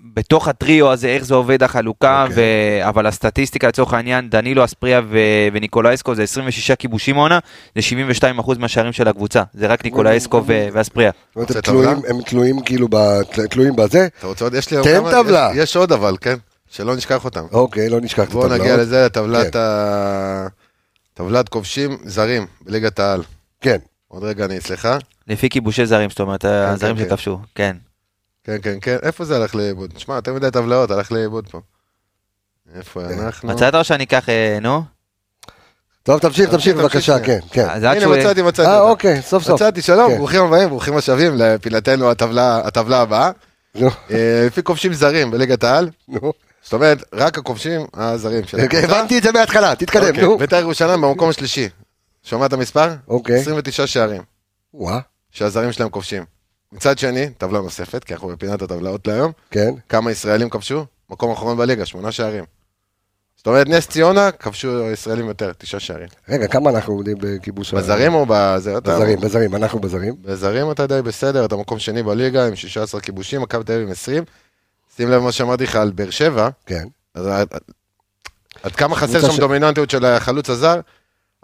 S2: בתוך הטריו הזה, איך זה עובד החלוקה,
S5: אוקיי.
S2: okay. ו... אבל הסטטיסטיקה לצורך העניין, דנילו אספריה ו... וניקולאיסקו זה 26 כיבושים העונה, זה 72% מהשערים של הקבוצה, זה רק ניקולאיסקו ו... ואספריה.
S1: זאת אומרת, הם
S5: רוצה טבלה?
S1: תלויים- הם תלויים כאילו, ב- תל- תלויים בזה.
S5: אתה רוצה עוד? יש לי עוד
S1: תן
S5: כמה-
S1: טבלה.
S5: יש- יש עוד אבל, כן. שלא נשכח אותם.
S1: אוקיי, לא נשכח את
S5: בואו
S1: הטבלאות.
S5: נגיע לזה, לטבלת
S1: כן.
S5: ה... טבלת כובשים זרים בליגת העל.
S1: כן,
S5: עוד רגע אני אצלך.
S2: לפי כיבושי זרים, זאת אומרת, הזרים
S5: כן.
S2: שכבשו, כן.
S5: כן, כן, כן. איפה זה הלך לאיבוד? שמע, יותר מדי טבלאות, הלך לאיבוד פה. איפה
S1: כן.
S5: אנחנו?
S2: מצאת או שאני אקח, אה, נו?
S1: טוב, תמשיך, תמשיך
S5: תמשיך,
S1: בבקשה,
S5: תמשיך.
S1: כן, כן.
S2: אז עד
S5: הנה,
S2: שהוא-
S5: מצאתי, מצאתי.
S1: אה,
S5: אותה.
S1: אוקיי, סוף סוף.
S5: מצאתי, שלום,
S1: כן.
S5: ברוכים הבאים, ברוכים השבים לפינתנו הטבלה הטבלה הבאה.
S1: כן. נו,
S5: אה, לפי כובשים זרים בליגת העל.
S1: נו.
S5: זאת אומרת, רק הכובשים הזרים של
S1: אוקיי,
S5: הקבוצה.
S1: הבנתי את זה מההתחלה, תתקדם,
S5: אוקיי,
S1: נו.
S5: בית"ר ירושלים במקום השלישי. שומע את המספר?
S1: אוקיי.
S5: 29 שערים
S1: וואה,
S5: שהזרים שלהם כובשים. מצד שני, טבלה נוספת, כי אנחנו בפינת הטבלאות להיום,
S1: כן.
S5: כמה ישראלים כבשו? מקום אחרון בליגה, שמונה שערים. זאת אומרת, נס ציונה, כבשו ישראלים יותר, תשעה שערים.
S1: רגע, כמה אנחנו עומדים בכיבוש? ה-
S5: בזרים או בזה? אתה-
S1: בזרים, בזרים, אנחנו בזרים.
S5: בזרים אתה די בסדר, אתה מקום שני בליגה עם 16 כיבושים, מכבי תל אביב עם 20. שים לב מה שאמרתי לך על באר שבע,
S1: כן.
S5: אז עד- עד כמה חסר
S1: קבוצה ש-
S5: שם דומיננטיות של החלוץ הזר,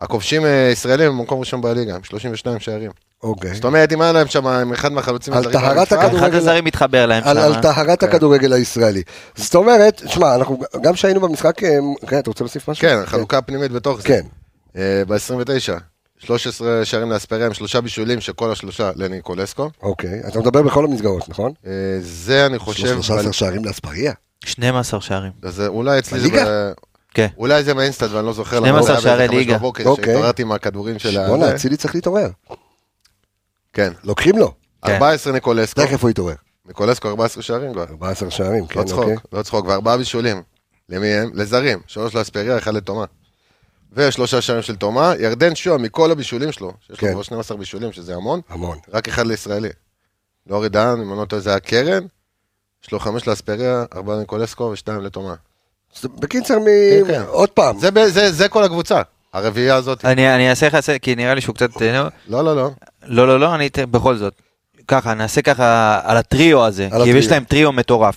S5: הכובשים אה, ישראלים הם במקום ראשון בליגה, עם 32 שערים.
S1: אוקיי.
S5: זאת אומרת, אם היה להם שם עם אחד מהחלוצים
S1: על
S5: הזרים
S1: טהרת
S5: במפעל,
S1: הכדור-
S2: אחד הזרים מתחבר להם
S1: על- על
S2: שם.
S5: כן.
S1: טהרת הכדורגל הישראלי. זאת אומרת, שמע, אנחנו גם שהיינו במשחק, אה, כן, אתה רוצה להוסיף משהו?
S5: כן, החלוקה הפנימית בתוך זה. אה,
S1: כן.
S5: ב-29, 13 שערים לאספריה עם שלושה בישולים, שכל השלושה לניקולסקו.
S1: אוקיי, אתה מדבר בכל המסגרות, נכון?
S5: אה, זה אני
S1: יש
S5: חושב...
S1: לו 13
S5: אבל-
S1: שערים לאספריה.
S2: 12 שערים.
S5: אז אולי אצלי זה...
S1: בליגה?
S5: ב-
S2: כן.
S5: אולי זה באינסטנט ואני לא זוכר.
S2: 12
S5: למה, זה היה
S2: שערי
S5: באיזה חמש
S2: ליגה.
S5: בבוקר,
S1: אוקיי.
S5: שהתעוררתי עם הכדורים של ה...
S1: בואנה,
S5: זה.
S1: אצילי צריך להתעורר.
S5: כן.
S1: לוקחים לו.
S2: כן.
S5: 14 ניקולסקו.
S1: תכף הוא יתעורר.
S5: ניקולסקו 14 שערים כבר.
S1: 14 שערים, כן,
S5: לא צחוק,
S1: אוקיי.
S5: לא צחוק. וארבעה בישולים. למי הם? לזרים. שלוש לאספריה, אחד לתומה. ושלושה שערים של תומה. ירדן שועה מכל הבישולים שלו, שיש לו
S1: כן.
S5: כבר 12 בישולים, שזה המון,
S1: המון.
S5: רק אחד לישראלי. לאורי דהן, אם אני לא טועה, זה היה קרן. יש לו חמש לאספריה, ארבעה ניקולסקו ושתיים לתומה.
S1: אז בקיצר, מ...
S5: כן, כן.
S1: עוד פעם,
S5: זה ב- זה- זה כל הקבוצה, הרביעייה הזאת.
S2: אני אני אעשה לך, סדר, כי נראה לי שהוא קצת... אה, נו.
S5: לא, לא, לא.
S2: לא, לא, לא, אני אתן בכל זאת. ככה, נעשה ככה על הטריו הזה,
S1: על
S2: כי
S1: הטריו.
S2: יש להם טריו מטורף.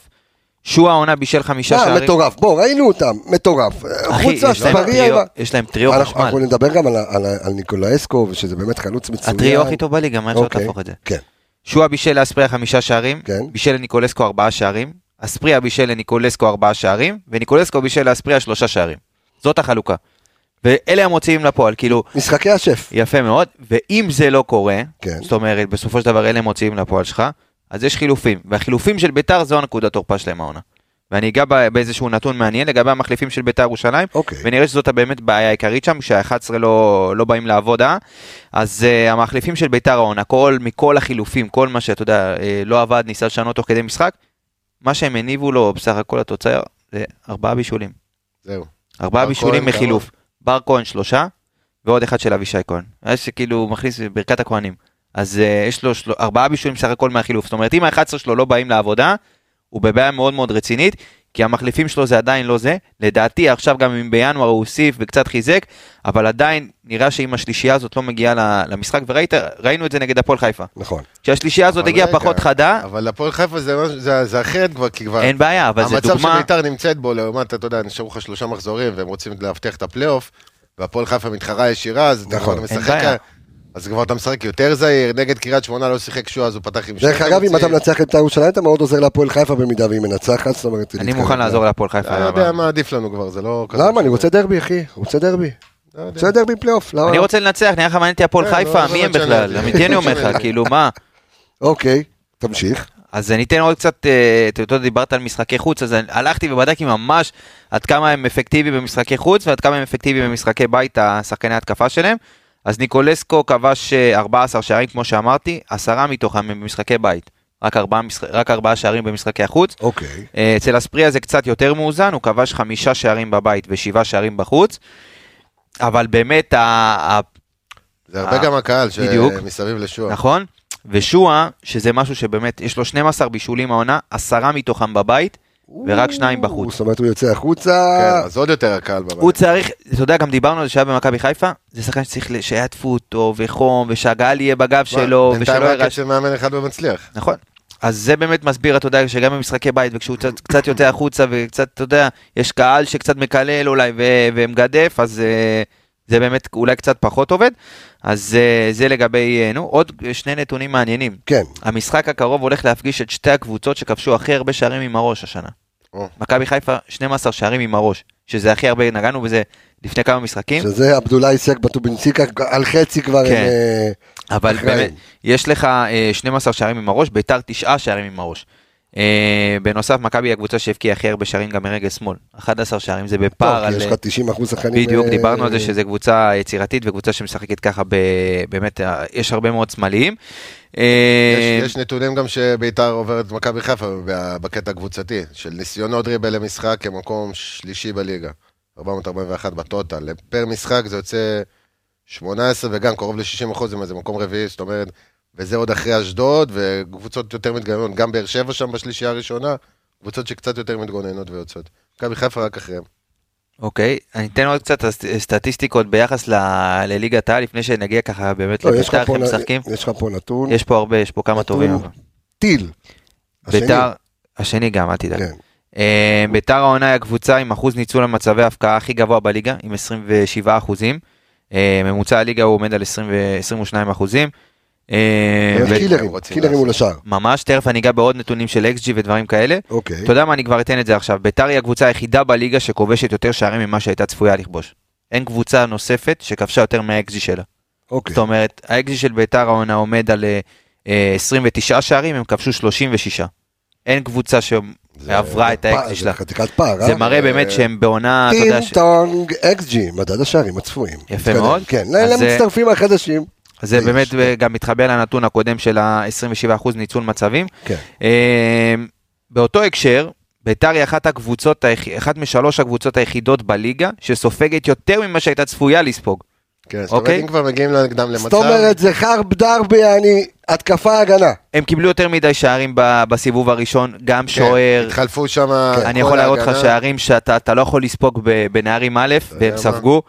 S2: שועה העונה בישל חמישה
S1: אה,
S2: שערים.
S1: מטורף, בוא, ראינו אותם, מטורף.
S2: אחי,
S1: חוץ
S2: יש להם
S1: לאספריה,
S2: טריו-
S1: עם ה-
S2: יש להם טריו
S1: אנחנו-
S2: חשמל.
S1: אנחנו נדבר גם על ה- על ה- על ניקולאסקו, ושזה באמת חלוץ מצוין.
S2: הטריו הכי טוב בליגה, מה אפשר
S1: אוקיי,
S2: להפוך את זה?
S1: כן,
S2: שועה בישל לאספריה חמישה שערים,
S1: כן.
S2: בישל לניקולסקו ארבעה שערים, אספריה בישל לניקולסקו ארבעה שערים, וניקולסקו בישל לאספריה שלושה שערים. זאת החלוקה. ואלה המוציאים לפועל, כאילו,
S1: משחקי השף.
S2: יפה מאוד, ואם זה לא קורה,
S1: כן.
S2: זאת אומרת, בסופו של דבר אלה מוציאים לפועל שלך, אז יש חילופים, והחילופים של ביתר זו הנקודת תורפה שלהם העונה. ואני אגע ב- באיזשהו נתון מעניין לגבי המחליפים של בית"ר ירושלים,
S1: אוקיי.
S2: ונראה שזאת באמת בעיה העיקרית שם, שה-11 לא, לא באים לעבוד, אה? אז uh, המחליפים של בית"ר העונה, כל, מכל החילופים, כל מה שאתה יודע, uh, לא עבד, ניסה לשנות תוך כדי משחק, מה שהם הניבו לו בסך הכל התוצאה זה ארבעה בישולים.
S5: זהו.
S2: ארבעה
S5: בר
S2: בישולים
S5: כהן, כמה?
S2: מחילוף. בר כהן שלושה, ועוד אחד של אבישי כהן. אז שכאילו הוא מכניס ברכת הכהנים. אז uh, יש לו של... ארבעה בישולים סך הכל מהחילוף. זאת אומרת, אם ה-11 שלו לא באים לעבודה, הוא בבעיה מאוד מאוד רצינית, כי המחליפים שלו זה עדיין לא זה. לדעתי, עכשיו גם אם בינואר הוא הוסיף וקצת חיזק, אבל עדיין נראה שאם השלישייה הזאת לא מגיעה ל- למשחק, וראינו את זה נגד הפועל חיפה.
S1: נכון.
S2: כשהשלישייה הזאת
S5: אבל
S2: הגיעה
S5: רגע,
S2: פחות חדה,
S5: אבל הפועל חיפה זה משהו- זה זה אחרת כבר, כי כבר...
S2: אין בעיה, אבל זה
S5: המצב
S2: דוגמה...
S5: שביתר נמצאת בו, לעומת, אתה יודע, נשארו לך שלושה מחזורים, והם רוצים להבטיח את הפלייאוף, והפועל חיפה מתחרה ישירה, אז אתה
S1: נכון.
S5: כבר
S2: אין
S5: משחק...
S2: בעיה.
S5: אז כבר אתה משחק יותר זהיר, נגד קריית שמונה לא שיחק שועה, אז הוא פתח עם
S1: דרך
S5: שני
S1: אגב, אם אתה
S5: חלוצים.
S1: מנצח את בית"ר ירושלים, אתה מאוד עוזר להפועל חיפה במידה והיא מנצחת, זאת אומרת...
S2: אני
S1: להתקרב.
S2: מוכן לעזור להפועל חיפה.
S5: אני לא יודע מה עדיף לנו כבר, זה לא... כזה
S1: למה? אני
S5: משנה.
S1: רוצה דרבי, אחי. רוצה דרבי.
S5: לא יודע.
S1: רוצה דרבי פלייאוף, למה?
S2: אני
S1: לא?
S2: רוצה לנצח, נראה לך מעניין אותי הפועל
S5: כן,
S2: חיפה,
S5: לא, לא
S2: מי הם
S5: משנה.
S2: בכלל? אמיתי אני אומר לך, כאילו מה?
S1: אוקיי, תמשיך.
S2: אז אני אתן עוד קצת, אה, אתה יודע, דיברת על משחקי חוץ, אז אני הלכתי ובדקתי ממש עד כמה הם אפקטיביים במשחקי חוץ ועד כמה הם אפקטיביים במשחקי בית, השחקני ההתקפה שלהם. אז ניקולסקו כבש אה, 14 שערים, כמו שאמרתי, עשרה מתוכם הם במשחקי בית. רק ארבעה, משח... רק ארבעה שערים במשחקי החוץ.
S1: אוקיי.
S2: אה, אצל אספריה זה קצת יותר מאוזן, הוא כבש חמישה שערים בבית ושבעה שערים בחוץ. אבל באמת, ה- ה-
S5: זה הרבה
S2: אה,
S5: גם הקהל
S2: בדיוק.
S5: שמסביב לשועה.
S2: נכון? ושועה, שזה משהו שבאמת, יש לו 12 בישולים העונה, עשרה מתוכם בבית, ורק שניים בחוץ.
S1: זאת אומרת, הוא יוצא החוצה.
S5: כן, אז עוד יותר הקהל בבית.
S2: הוא צריך, אתה יודע, גם דיברנו על זה שהיה במכבי חיפה, זה שחקן שצריך ל- שיעטפו אותו, וחום, ושהגל יהיה בגב
S5: מה,
S2: שלו, ושלא
S5: בינתיים רק
S2: ירש...
S5: אצל מאמן אחד לא מצליח.
S2: נכון. אז זה באמת מסביר, אתה יודע, שגם במשחקי בית, וכשהוא קצת, קצת יוצא החוצה, וקצת, אתה יודע, יש קהל שקצת מקלל אולי ו- ומגדף, אז אה, זה באמת אולי קצת פחות עובד. אז אה, זה לגבי, אה, נו, עוד שני נתונים מעניינים.
S1: כן.
S2: המשחק הקרוב הולך להפגיש את שתי הקבוצות שכבשו הכי הרבה שערים עם הראש השנה.
S5: או.
S2: מכבי חיפה 12 שערים עם הראש, שזה הכי הרבה, נגענו בזה לפני כמה משחקים,
S1: שזה עבדולאי סק בטובינציקה, על חצי כבר.
S2: כן.
S1: הם, אה,
S2: אבל
S1: אחראים.
S2: באמת, יש לך אה, 12 שערים עם הראש, ביתר 9 שערים עם הראש. אה, בנוסף, מכבי היא הקבוצה שהבקיעה הכי הרבה שערים גם מרגל שמאל. 11 שערים זה בפער
S1: טוב, כי
S2: על... אה,
S1: יש לך 90 אחוז שחקנים.
S2: בדיוק,
S1: אה,
S2: דיברנו על זה שזו קבוצה יצירתית וקבוצה שמשחקת ככה, ב... באמת, אה, יש הרבה מאוד שמאליים. אה,
S5: יש יש נתונים גם שביתר עוברת את מכבי חיפה ב- בקטע הקבוצתי, של ניסיונות דריבל למשחק כמקום שלישי בליגה. 441 בטוטל. פר משחק זה יוצא 18 וגם קרוב ל-60 אחוזים, אז זה מקום רביעי, זאת אומרת, וזה עוד אחרי אשדוד, וקבוצות יותר מתגוננות, גם באר שבע שם בשלישייה הראשונה, קבוצות שקצת יותר מתגוננות ויוצאות. מכבי חיפה רק אחריהם.
S2: אוקיי, אני אתן עוד קצת הס- סטטיסטיקות ביחס ל- לליגת העל, לפני שנגיע ככה באמת
S1: לא, יש לך
S2: לביתר, איך
S1: פה
S2: הם
S1: נ-
S2: משחקים.
S1: יש לך פה נתון.
S2: יש פה הרבה, יש פה כמה
S1: נתון
S2: טובים.
S1: טיל. השני.
S2: ביתר, אה, השני גם, אל תדאג.
S1: כן.
S2: אה, ביתר העונה היא הקבוצה עם אחוז ניצול למצבי ההפקעה הכי גבוה בליגה, עם 27 אחוזים. אה, ממוצע הליגה הוא עומד על 20 ו- 22 אחוזים. אה,
S1: הם
S2: ו-
S1: קילרים,
S5: רוצים
S1: קילרים מול השאר.
S2: ממש, תכף אני אגע בעוד נתונים של אקס.ג'י ודברים כאלה.
S1: אוקיי.
S2: אתה יודע מה, אני כבר אתן את זה עכשיו. ביתר היא הקבוצה היחידה בליגה שכובשת יותר שערים ממה שהייתה צפויה לכבוש. אין קבוצה נוספת שכבשה יותר מהאקזי שלה.
S1: אוקיי.
S2: זאת אומרת, האקזי של ביתר העונה עומד על אה, אה, 29 שערים, הם כבשו 36. אין קבוצה שעברה את
S1: פער,
S2: האקזי
S1: זה כן,
S2: שלה.
S1: חתיכת פער, אה?
S2: זה מראה באמת שהם בעונה, אתה יודע,
S1: טינג
S2: ש-
S1: טונג אקס ג'י, מדד השערים הצפויים.
S2: יפה
S1: מתקדם.
S2: מאוד.
S1: כן,
S2: אז זה-
S1: למצטרפים החדשים.
S2: זה
S1: יש.
S2: באמת אה, גם מתחבר לנתון הקודם של ה-27% ניצול מצבים.
S1: כן.
S2: אה, באותו הקשר, ביתר היא אחת הקבוצות, היח- אחת משלוש הקבוצות היחידות בליגה, שסופגת יותר ממה שהייתה צפויה לספוג.
S5: כן, זאת אומרת,
S2: אוקיי.
S5: אם כבר מגיעים נגדם למצב...
S1: זאת אומרת, זה חרב דרבי, אני... התקפה הגנה.
S2: הם קיבלו יותר מדי שערים ב- בסיבוב הראשון, גם
S5: כן,
S2: שוער. כן,
S5: התחלפו שם...
S2: אני יכול להראות לך שערים שאתה אתה לא יכול לספוג ב- בנערים א', והם
S5: מה?
S2: ספגו.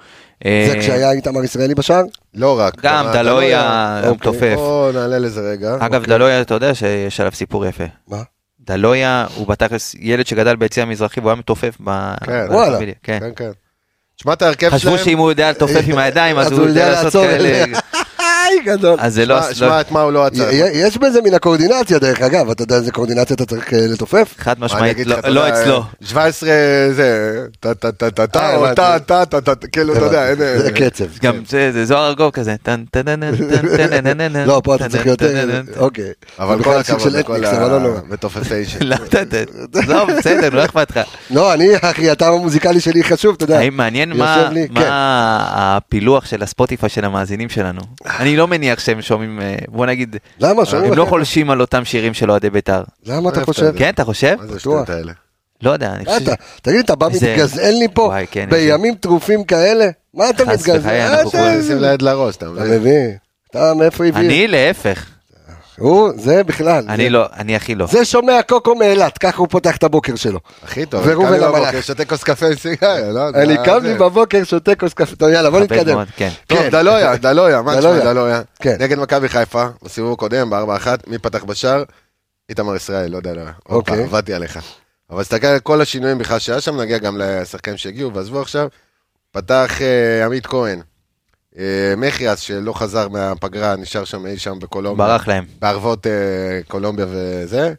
S1: זה
S2: אה,
S1: כשהיה איתמר ישראלי בשער?
S5: לא רק.
S2: גם דלויה
S1: אוקיי,
S2: המתופף.
S5: בואו נעלה לזה רגע.
S2: אגב, דלויה, אתה יודע שיש עליו סיפור יפה.
S1: מה?
S2: דלויה הוא בתכלס ילד שגדל ביציע המזרחי והוא היה מתופף ב...
S5: כן.
S2: ב-
S1: וואלה.
S2: פמיליה, כן.
S5: כן, כן. תשמע את ההרכב שלהם.
S1: אה,
S2: חשבו שאם הוא יודע לתופף עם הידיים אז הוא יודע לעשות כאלה.
S1: די גדול.
S2: אז זה לא...
S5: שמע-
S2: לא-
S5: שמע את מה הוא לא עצר.
S1: י- יש בזה מן הקואורדינציה דרך אגב, אתה יודע איזה קואורדינציה אתה צריך אה, לתופף?
S2: חד
S5: מה אני
S2: משמעית,
S5: אגיד
S2: לא-
S5: לך, אתה
S2: לא
S5: יודע,
S2: אצלו.
S5: 17 זה, טה טה טה טה
S1: אה,
S5: טה, או
S1: הבנתי.
S5: טה טה טה טה, טה, כאילו, אתה יודע, אין...
S1: זה קצב.
S2: גם זה זה זוהר ארגוב כזה. טן, טן, טן, טן, טן, טן, טן, טן,
S1: לא, פה אתה
S2: טן,
S1: צריך
S2: טן,
S1: יותר,
S2: טן, טן, טן.
S1: אוקיי.
S5: אבל
S1: זה
S5: כל
S1: בכלל סוג
S5: הכבוד
S1: של
S5: לכל
S1: אתניקס, אבל לא נורא.
S5: המתופפי
S2: לא, אתה- אתה- עזוב, בסדר, לא אכפת לך.
S1: לא, אני, אחי, הטעם המוזיקלי שלי חשוב, אתה יודע.
S2: האם מעניין
S1: לא, יושב
S2: מה
S1: לי,
S2: מה
S1: כן.
S2: הפילוח של הספוטיפיי של המאזינים שלנו? אני לא מניח שהם שומעים, אה, בוא נגיד,
S1: למה, שומעים
S2: הם לא
S1: לכם?
S2: חולשים על אותם שירים של אוהדי בית"ר.
S1: למה אתה
S5: אוהב את
S1: חושב?
S5: זה.
S2: כן, אתה חושב?
S5: מה זה
S1: בטוח.
S5: השטויות האלה?
S2: לא יודע, אני
S1: מה
S2: חושב...
S1: אתה, תגיד לי, אתה בא
S2: איזה-
S1: מתגזען לי פה,
S2: וואי, כן,
S1: בימים טרופים כאלה? מה אתה
S2: חס
S1: מתגזען?
S2: וחלילה,
S1: אה,
S2: אנחנו
S1: אתה-
S2: כבר
S5: נשים ליד לראש, אתה
S1: אתה
S5: מבין?
S1: מבין? אתה מאיפה הביא?
S2: אני להפך,
S1: הוא, זה בכלל.
S2: אני
S1: זה-
S2: לא, אני הכי לא.
S1: זה שומע קוקו מאילת, ככה הוא פותח את הבוקר שלו.
S5: הכי טוב,
S1: וראובן
S5: קם לי
S1: המלאך.
S5: בבוקר, שותה כוס קפה עם סיגריה, לא? זה
S1: אני
S5: היה
S1: קם
S5: זה.
S1: לי בבוקר, שותה כוס קפה, טוב, יאללה, בוא
S2: מכבד
S1: נתקדם.
S2: מאוד, כן.
S5: טוב, דלויה, דלויה, מה
S1: דלויה.
S5: תשמע, דלויה?
S1: כן.
S5: נגד מכבי חיפה, בסיבוב הקודם, בארבע אחת, מי פתח בשער? איתמר ישראל, לא יודע, לא.
S1: אוקיי.
S5: אוקיי. עבדתי עליך. אבל תסתכל על כל השינויים בכלל שהיה שם, נגיע גם לשחקנים שהגיעו ועזבו עכשיו. פתח אה, עמית כהן. אה, מחיאס, שלא חזר מהפגרה, נשאר שם אי שם בקולומביה.
S2: ברח להם.
S5: בערבות אה, קולומביה וזה.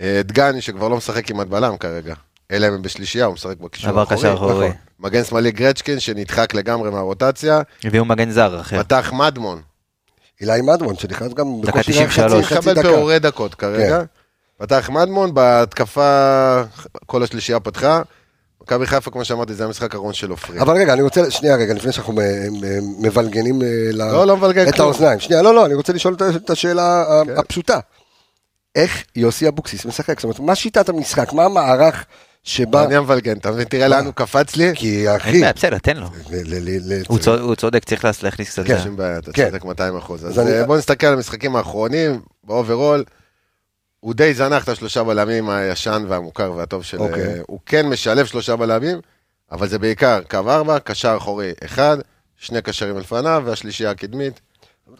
S5: אה, דגני, שכבר לא משחק כמעט בלם כרגע. אלא אם הם בשלישייה, הוא משחק בקישור
S2: עבר קשר אחורי.
S5: נכון. מגן שמאלי גרצ'קין, שנדחק לגמרי מהרוטציה.
S2: הביאו מגן זר אחר.
S1: כן.
S5: פתח מדמון.
S1: אילי מדמון, שנכנס גם
S2: דקה
S1: בקושי
S2: 93.
S1: לחצי-
S5: הוא
S1: חצי
S5: מקבל
S1: דקה. כן.
S5: פעורי דקות כרגע. פתח מדמון, בהתקפה כל השלישייה פתחה. מכבי חיפה, כמו שאמרתי, זה המשחק האחרון של עופרי.
S1: אבל רגע, אני רוצה, שנייה רגע, לפני שאנחנו מ- מ- מבלגנים אה, ל-
S5: לא, לא מבלגן
S1: את
S5: כלום.
S1: האוזניים. שנייה, לא, לא, אני רוצה לשאול את ה- את השאלה ה- הפשוטה. איך יוסי אבוקסיס משחק? זאת אומרת, מה שיטת המשחק? מה המערך שבה...
S5: אני המבלגן, אתה מבין? תראה לאן הוא קפץ לי.
S1: כי
S2: אין
S1: אחי...
S2: בעיה, אה, בסדר, תן לו.
S1: ל- ל- ל- ל-
S2: הוא צוד- הוא צודק, צריך להס- להכניס קצת...
S5: כן,
S2: זר.
S5: שום בעיה, אתה
S1: כן.
S5: צודק 200 אחוז.
S1: אז
S5: אז
S1: אני-
S5: אה, בואו נסתכל על המשחקים האחרונים, באוברול. הוא די זנח את השלושה בלמים הישן והמוכר והטוב של...
S1: אוקיי.
S5: הוא כן משלב שלושה בלמים, אבל זה בעיקר קו ארבע, קשר אחורי אחד, שני קשרים לפניו, והשלישייה הקדמית,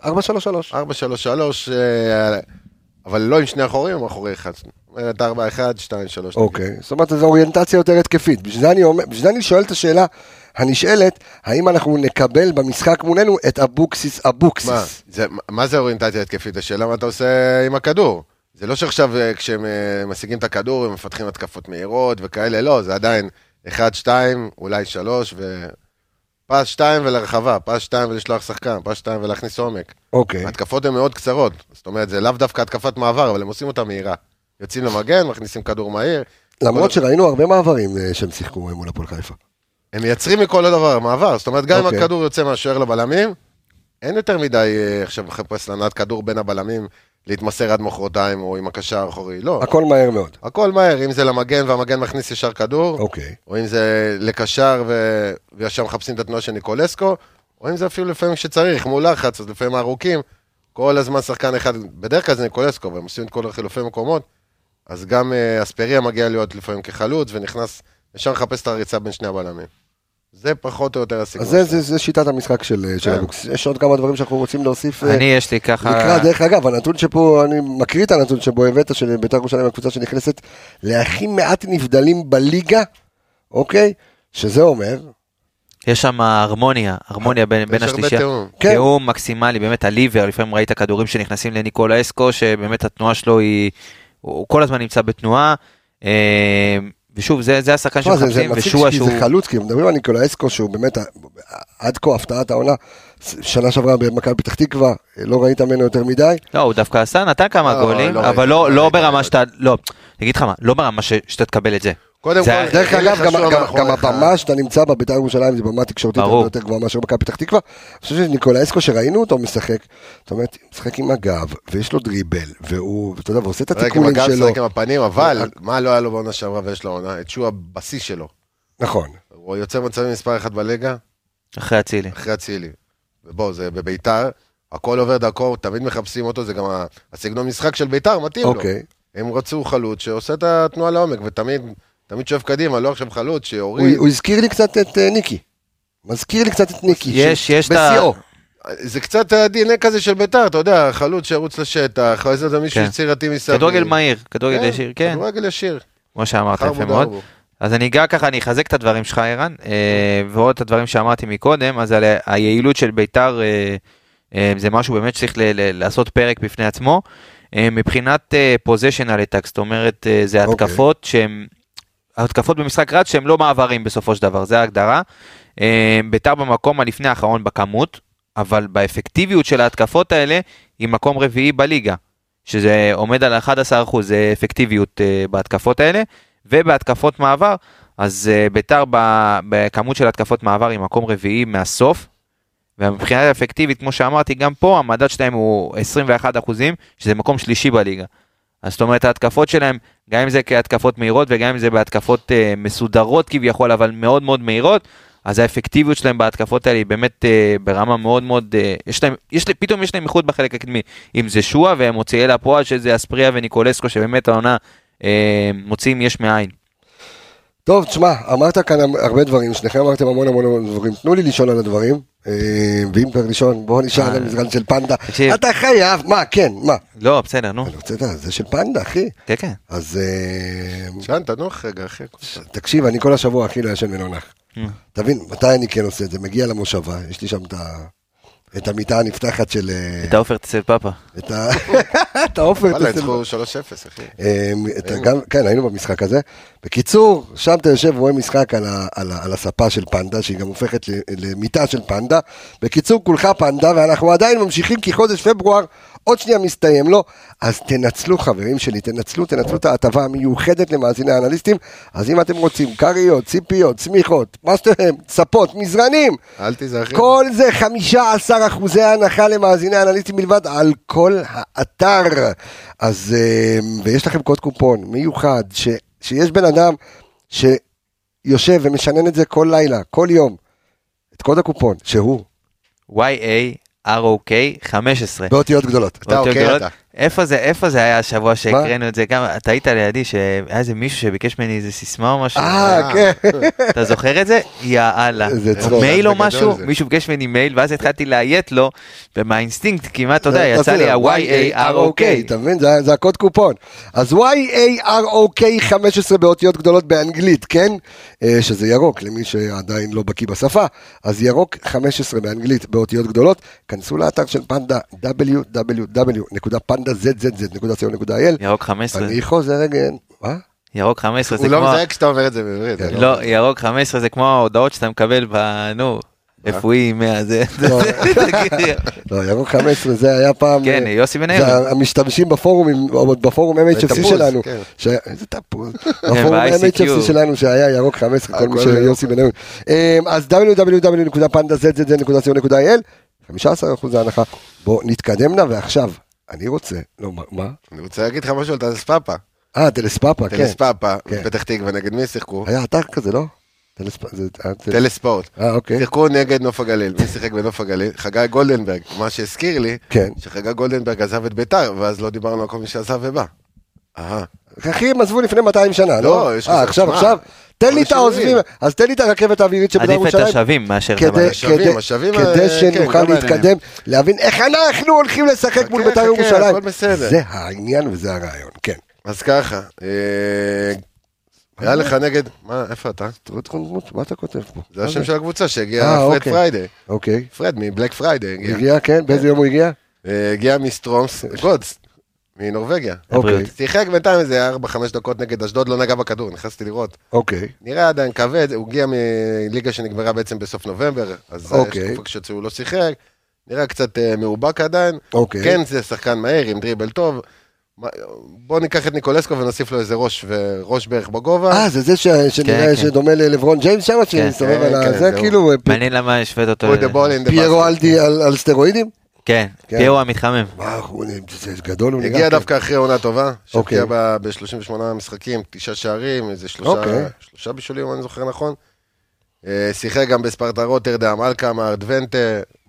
S1: 4-3-3.
S5: 4-3-3, אה, אבל לא עם שני אחורים, עם אחורי אחד. זאת אומרת, 4-1, 2-3.
S1: אוקיי, זאת אומרת, זו אוריינטציה יותר התקפית. בשביל זה אני אומר- בשביל זה אני שואל את השאלה הנשאלת, האם אנחנו נקבל במשחק מולנו את אבוקסיס
S5: מה,
S1: אבוקסיס?
S5: זה, מה זה אוריינטציה התקפית? השאלה מה אתה עושה עם הכדור. זה לא שעכשיו אה, כשהם אה, משיגים את הכדור הם מפתחים התקפות מהירות וכאלה, לא, זה עדיין 1, 2, אולי 3, ופס 2 ולרחבה, פס 2 ולשלוח שחקן, פס 2 ולהכניס עומק.
S1: אוקיי,
S5: ההתקפות הן מאוד קצרות, זאת אומרת, זה לאו דווקא התקפת מעבר, אבל הם עושים אותה מהירה. יוצאים למגן, מכניסים כדור מהיר,
S1: למרות שראינו הרבה מעברים אה, שהם שיחקו מול הפועל חיפה.
S5: הם מייצרים מכל הדבר מעבר, זאת אומרת, גם אם
S1: אוקיי.
S5: הכדור יוצא מהשוער לבלמים, אין יותר מדי אה, עכשיו לחפש לנת כדור בין הבלמים להתמסר עד מחרתיים או עם הקשר האחורי, לא.
S1: הכל מהר מאוד.
S5: הכל מהר, אם זה למגן והמגן מכניס ישר כדור,
S1: אוקיי.
S5: או אם זה לקשר ו- וישר מחפשים את התנועה של ניקולסקו, או אם זה אפילו לפעמים כשצריך, מול לחץ, אז לפעמים הארוכים, כל הזמן שחקן אחד, בדרך כלל זה ניקולסקו, והם עושים את כל החילופי מקומות, אז גם אה, אספריה מגיע להיות לפעמים כחלוץ, ונכנס, ישר מחפש את הריצה בין שני הבלמים. זה פחות או יותר הסיכוי.
S1: אז זה- זה- זה שיטת המשחק של אה, של
S5: כן.
S1: אבוקסיס. יש עוד כמה דברים שאנחנו רוצים להוסיף. אה,
S2: אני יש לי ככה...
S1: לקראת, דרך אגב, הנתון שפה, אני מקריא את הנתון שבו הבאת, של בית"ר ירושלים, הקבוצה שנכנסת להכי מעט נבדלים בליגה, אוקיי? שזה אומר,
S2: יש שם הרמוניה, הרמוניה בין, בין השלישייה.
S5: יש הרבה תיאום.
S1: כן.
S2: תיאום מקסימלי, באמת הליבר, לפעמים ראית כדורים שנכנסים לניקולה אסקו, שבאמת התנועה שלו היא, הוא הוא כל הזמן נמצא בתנועה. אה, ושוב, זה, זה השחקן
S1: תשמע, זה, לא, זה
S2: שמחפשים,
S1: מצחיק
S2: ושועה
S1: כי
S2: שהוא...
S1: זה חלוץ, כי מדברים על ניקולאסקו, שהוא באמת, ה- עד כה הפתעת העונה, ש- שנה שעברה במכבי פתח תקווה, לא ראית ממנו יותר מדי,
S2: לא, הוא דווקא עשה, נתן כמה
S5: לא,
S2: גולים,
S5: לא
S2: אבל
S5: ראיתי,
S2: לא,
S5: לא
S2: לא
S5: ראיתי.
S2: ברמה שאתה... לא, אני אגיד לך מה, לא ברמה ש, שאתה תקבל את זה.
S5: קודם
S2: זה
S5: כל,
S2: היה-
S1: דרך
S5: אין
S1: אגב,
S5: לך
S1: גם,
S5: שוער
S1: גם, גם
S5: מאחוריך.
S1: הבמה שאתה נמצא בה, בית"ר ירושלים, זו במה תקשורתית
S2: ברור.
S1: הרבה יותר גבוהה מאשר מכבי פתח תקווה. אני חושב שניקולאסקו, שראינו אותו משחק, זאת אומרת, משחק עם הגב, ויש לו דריבל, והוא, אתה יודע, ועושה את
S5: רגע, עם
S1: התיקונים
S5: הגב
S1: שלו.
S5: שחק עם הפנים, אבל מה לא היה לו בעונה שעברה ויש לו עונה? את שהוא הבסיס שלו.
S1: נכון.
S5: הוא יוצר מצבים מספר אחת בליגה,
S2: אחרי אצילי.
S5: אחרי אצילי. ובואו, זה בביתר, הכל עובר דרכו, תמיד מחפשים אותו, זה גם ה- הסגנון משחק של ביתר, מתאים לו.
S1: אוקיי.
S5: הם רצו חלוץ שעושה את התנועה לעומק, ותמיד, תמיד שואף קדימה, לא עכשיו חלוץ
S1: הוא
S5: שיוריד.
S1: הוא הזכיר לי קצת את אה, ניקי. מזכיר לי קצת את ניקי.
S2: יש,
S1: ש-
S2: יש את ה-
S1: בשיאו.
S5: זה קצת ה-DNA כזה של ביתר, אתה יודע, חלוץ שירוץ לשטח, איזה זה מישהו
S2: כן.
S5: יצירתי מסביב.
S2: כדורגל מהיר, כדורגל
S5: כן,
S2: ישיר, כן,
S5: כדורגל ישיר.
S2: כמו שאמרת, יפה
S5: חרבו
S2: מאוד.
S5: דרבו.
S2: אז אני אגע ככה, אני אחזק את הדברים שלך, ערן, אה, ועוד את הדברים שאמרתי מקודם, אז על היעילות של ביתר אה, אה, זה משהו באמת שצריך ל- ל- לעשות פרק בפני עצמו. אה, מבחינת פוזיישנל אטאק, זאת אומרת, אה, זה
S1: אוקיי.
S2: התקפות שהן... התקפות במשחק רץ שהן לא מעברים בסופו של דבר, זה ההגדרה. אה, ביתר במקום הלפני האחרון בכמות, אבל באפקטיביות של ההתקפות האלה, היא מקום רביעי בליגה, שזה עומד על 11%, זה אפקטיביות אה, בהתקפות האלה, ובהתקפות מעבר, אז אה, ביתר ב- בכמות של התקפות מעבר היא מקום רביעי מהסוף, ומבחינה אפקטיבית, כמו שאמרתי, גם פה המדד שלהם הוא 21 אחוזים, שזה מקום שלישי בליגה. אז זאת אומרת, ההתקפות שלהם, גם אם זה כהתקפות מהירות וגם אם זה בהתקפות אה, מסודרות כביכול, אבל מאוד מאוד מהירות, אז האפקטיביות שלהם בהתקפות האלה היא באמת אה, ברמה מאוד מאוד, אה, יש להם, יש, להם- פתאום יש להם איחוד בחלק הקדמי, אם זה שואה והם מוציאי לפועל, שזה אספריה וניקולסקו, שבאמת העונה אה, מוציאים יש מאין.
S1: טוב, תשמע, אמרת כאן הרבה דברים, שניכם אמרתם המון המון המון דברים, תנו לי לשאול על הדברים, אה, ואם כבר לשאול, בואו נשאל על המזרן של פנדה.
S2: תקשיב.
S1: אתה חייב, מה, כן, מה?
S2: לא, בסדר, נו,
S1: אני רוצה לדעת, זה של פנדה, אחי.
S2: כן, כן.
S1: אז אה,
S5: שאן, תנוח רגע, אחי.
S1: תקשיב, אני כל השבוע הכי לא ישן מלונח. תבין, מתי אני כן עושה את זה? מגיע למושבה, יש לי שם את ה- את המיטה הנפתחת של... אה,
S2: את העופר תצא פאפה.
S1: את ה- את העופר.
S5: וואלה,
S1: את הסלב-
S5: ניצחו 3-0, אחי.
S1: אמ, את ה- גם- כן, היינו במשחק הזה. בקיצור, שם אתה יושב ורואה משחק על ה- על ה- על הספה של פנדה, שהיא גם הופכת ל- למיטה של פנדה. בקיצור, כולך פנדה, ואנחנו עדיין ממשיכים, כי חודש פברואר עוד שנייה מסתיים לו. אז תנצלו, חברים שלי, תנצלו, תנצלו את ההטבה המיוחדת למאזיני האנליסטים. אז אם אתם רוצים, כריות, ציפיות, צמיחות, מה שאתם, צפות, מזרנים.
S5: אל תיזהר, אחי.
S1: כל זה 15 אחוזי הנחה למאזיני האנליסטים בלבד על כל האתר. אז, אה, ויש לכם קוד קופון מיוחד, ש, שיש בן אדם שיושב ומשנן את זה כל לילה, כל יום. את קוד הקופון, שהוא,
S2: Y-A-R-O-K 15.
S1: באותיות גדולות.
S5: אתה
S2: אותיות
S5: אוקיי,
S2: גדולות.
S5: אתה.
S2: איפה זה, איפה זה היה השבוע שהקראנו את זה? גם אתה היית לידי שהיה איזה מישהו שביקש ממני איזה סיסמה או משהו.
S1: אה, כן.
S2: אתה זוכר את זה? יאללה.
S1: זה צחוק.
S2: מייל או
S5: זה גדול
S2: משהו?
S5: זה.
S2: מישהו ביקש ממני מייל ואז התחלתי לאיית לו, ומהאינסטינקט כמעט, אתה יודע,
S1: זה-
S2: יצא לי
S1: זה-
S2: ה-Y-A-R-O-K.
S1: אתה מבין? זה- זה הקוד קופון. אז YAROK 15 באותיות גדולות באנגלית, כן? אה, שזה ירוק, למי שעדיין לא בקיא בשפה. אז ירוק 15 באנגלית באותיות גדולות. כנסו לאתר של פנדה, www.pandazz.co.il.
S2: ירוק 15.
S1: אני חוזר רגע, מה?
S2: ירוק 15 זה
S5: הוא לא
S2: כמו...
S5: מזהה כשאתה אומר את זה בעברית. זה
S2: לא, ירוק 15 זה כמו ההודעות שאתה מקבל ב... נו, רפואי 100 זה...
S1: אה? לא. לא, ירוק 15 זה היה פעם...
S2: כן,
S1: אה,
S2: יוסי בן
S1: זה
S2: אלה.
S1: המשתמשים בפורומים, עוד בפורום MHFC
S5: בתפוז,
S1: שלנו,
S5: כן.
S1: שהיה- איזה תפוז,
S2: כן,
S1: בפורום
S2: ב-ICQ.
S1: MHFC שלנו שהיה ירוק 15, כל מי
S5: הכל ירוק.
S1: שיוסי בניון. אמ, אז www.pandazz.co.il, 15% ההנחה, בואו נתקדם נא, ועכשיו, אני רוצה לומר, מה?
S5: אני רוצה להגיד לך משהו על טלס פאפה.
S1: אה, טלס פאפה, כן.
S5: טלס פאפה,
S1: כן.
S5: פתח תקווה, נגד מי שיחקו?
S1: היה אתר כזה, לא? טלס פאפה, זה... אה, טל-
S5: טלס ספורט.
S1: אה, אוקיי.
S5: שיחקו נגד נוף הגליל, מי שיחק בנוף הגליל? חגי גולדנברג. מה שהזכיר לי,
S1: כן.
S5: שחגי גולדנברג עזב את ביתר, ואז לא דיברנו על כל מי שעזב ובא. אהה.
S1: אחי, הם עזבו לפני 200 שנה, לא?
S5: לא, יש
S1: אה,
S5: כזה,
S1: עכשיו,
S5: שמע,
S1: עכשיו, תן לי
S5: אנשים
S1: את העוזבים,
S5: אומרים.
S1: אז תן לי את הרכבת האווירית שבדרום
S2: עדיף את
S1: ירושלים.
S2: השבים מאשר את
S1: כדי,
S2: המלא.
S5: השבים,
S1: כדי,
S5: השבים,
S1: כדי
S5: אה,
S1: שנוכל
S5: כן, לא
S1: להתקדם,
S5: מעניין.
S1: להבין איך אנחנו הולכים לשחק
S5: חכה,
S1: מול בית"ר
S5: חכה,
S1: ירושלים.
S5: הכל בסדר.
S1: זה העניין וזה הרעיון, כן.
S5: אז ככה, אה, היה לך נגד, מה, איפה אתה?
S1: מה אתה כותב פה?
S5: זה השם של הקבוצה
S1: אה,
S5: שהגיע פרד
S1: אוקיי.
S5: פריידי.
S1: אוקיי.
S5: פרד מבלק פריידי הגיע.
S1: הגיע, כן? באיזה יום הוא הגיע?
S5: אה, הגיע מסטרומס, גודס, מנורבגיה.
S1: אוקיי,
S2: הבריאות.
S5: שיחק בינתיים איזה 4-5 דקות נגד אשדוד, לא נגע בכדור, נכנסתי לראות.
S1: אוקיי.
S5: נראה עדיין כבד, הוא הגיע מליגה שנגמרה בעצם בסוף נובמבר, אז אה,
S1: אוקיי.
S5: יש תקופה כשהוא לא שיחק, נראה קצת אה, מאובק עדיין.
S1: אוקיי.
S5: כן, זה שחקן מהר, עם דריבל טוב. מה- בוא ניקח את ניקולסקו ונוסיף לו איזה ראש, וראש בערך בגובה.
S1: אה, זה זה ש- שנראה
S2: כן.
S1: שדומה ללברון ג'יימס שם, שמסתובב
S5: כן,
S1: על ה...
S5: כן,
S1: זה
S5: זהו.
S1: כאילו אה, פ-
S2: מעניין למה השווית אותו.
S5: put the
S2: ל-
S5: ball in the
S1: פיירו
S5: basket.
S1: אלדי על על סטרואידים?
S2: כן,
S1: כן.
S2: פיירו המתחמם.
S1: וואו, הוא- זה גדול, הוא נראה.
S5: הגיע
S1: כן.
S5: דווקא אחרי עונה טובה,
S1: אוקיי.
S5: שהבקיע ב-38 משחקים, תשעה שערים, איזה
S1: אוקיי.
S5: שלושה- שלושה בישולים, אם אני זוכר נכון. אה, שיחק גם בספרטה רוטרדם, אלקאמה, ארדוונטה,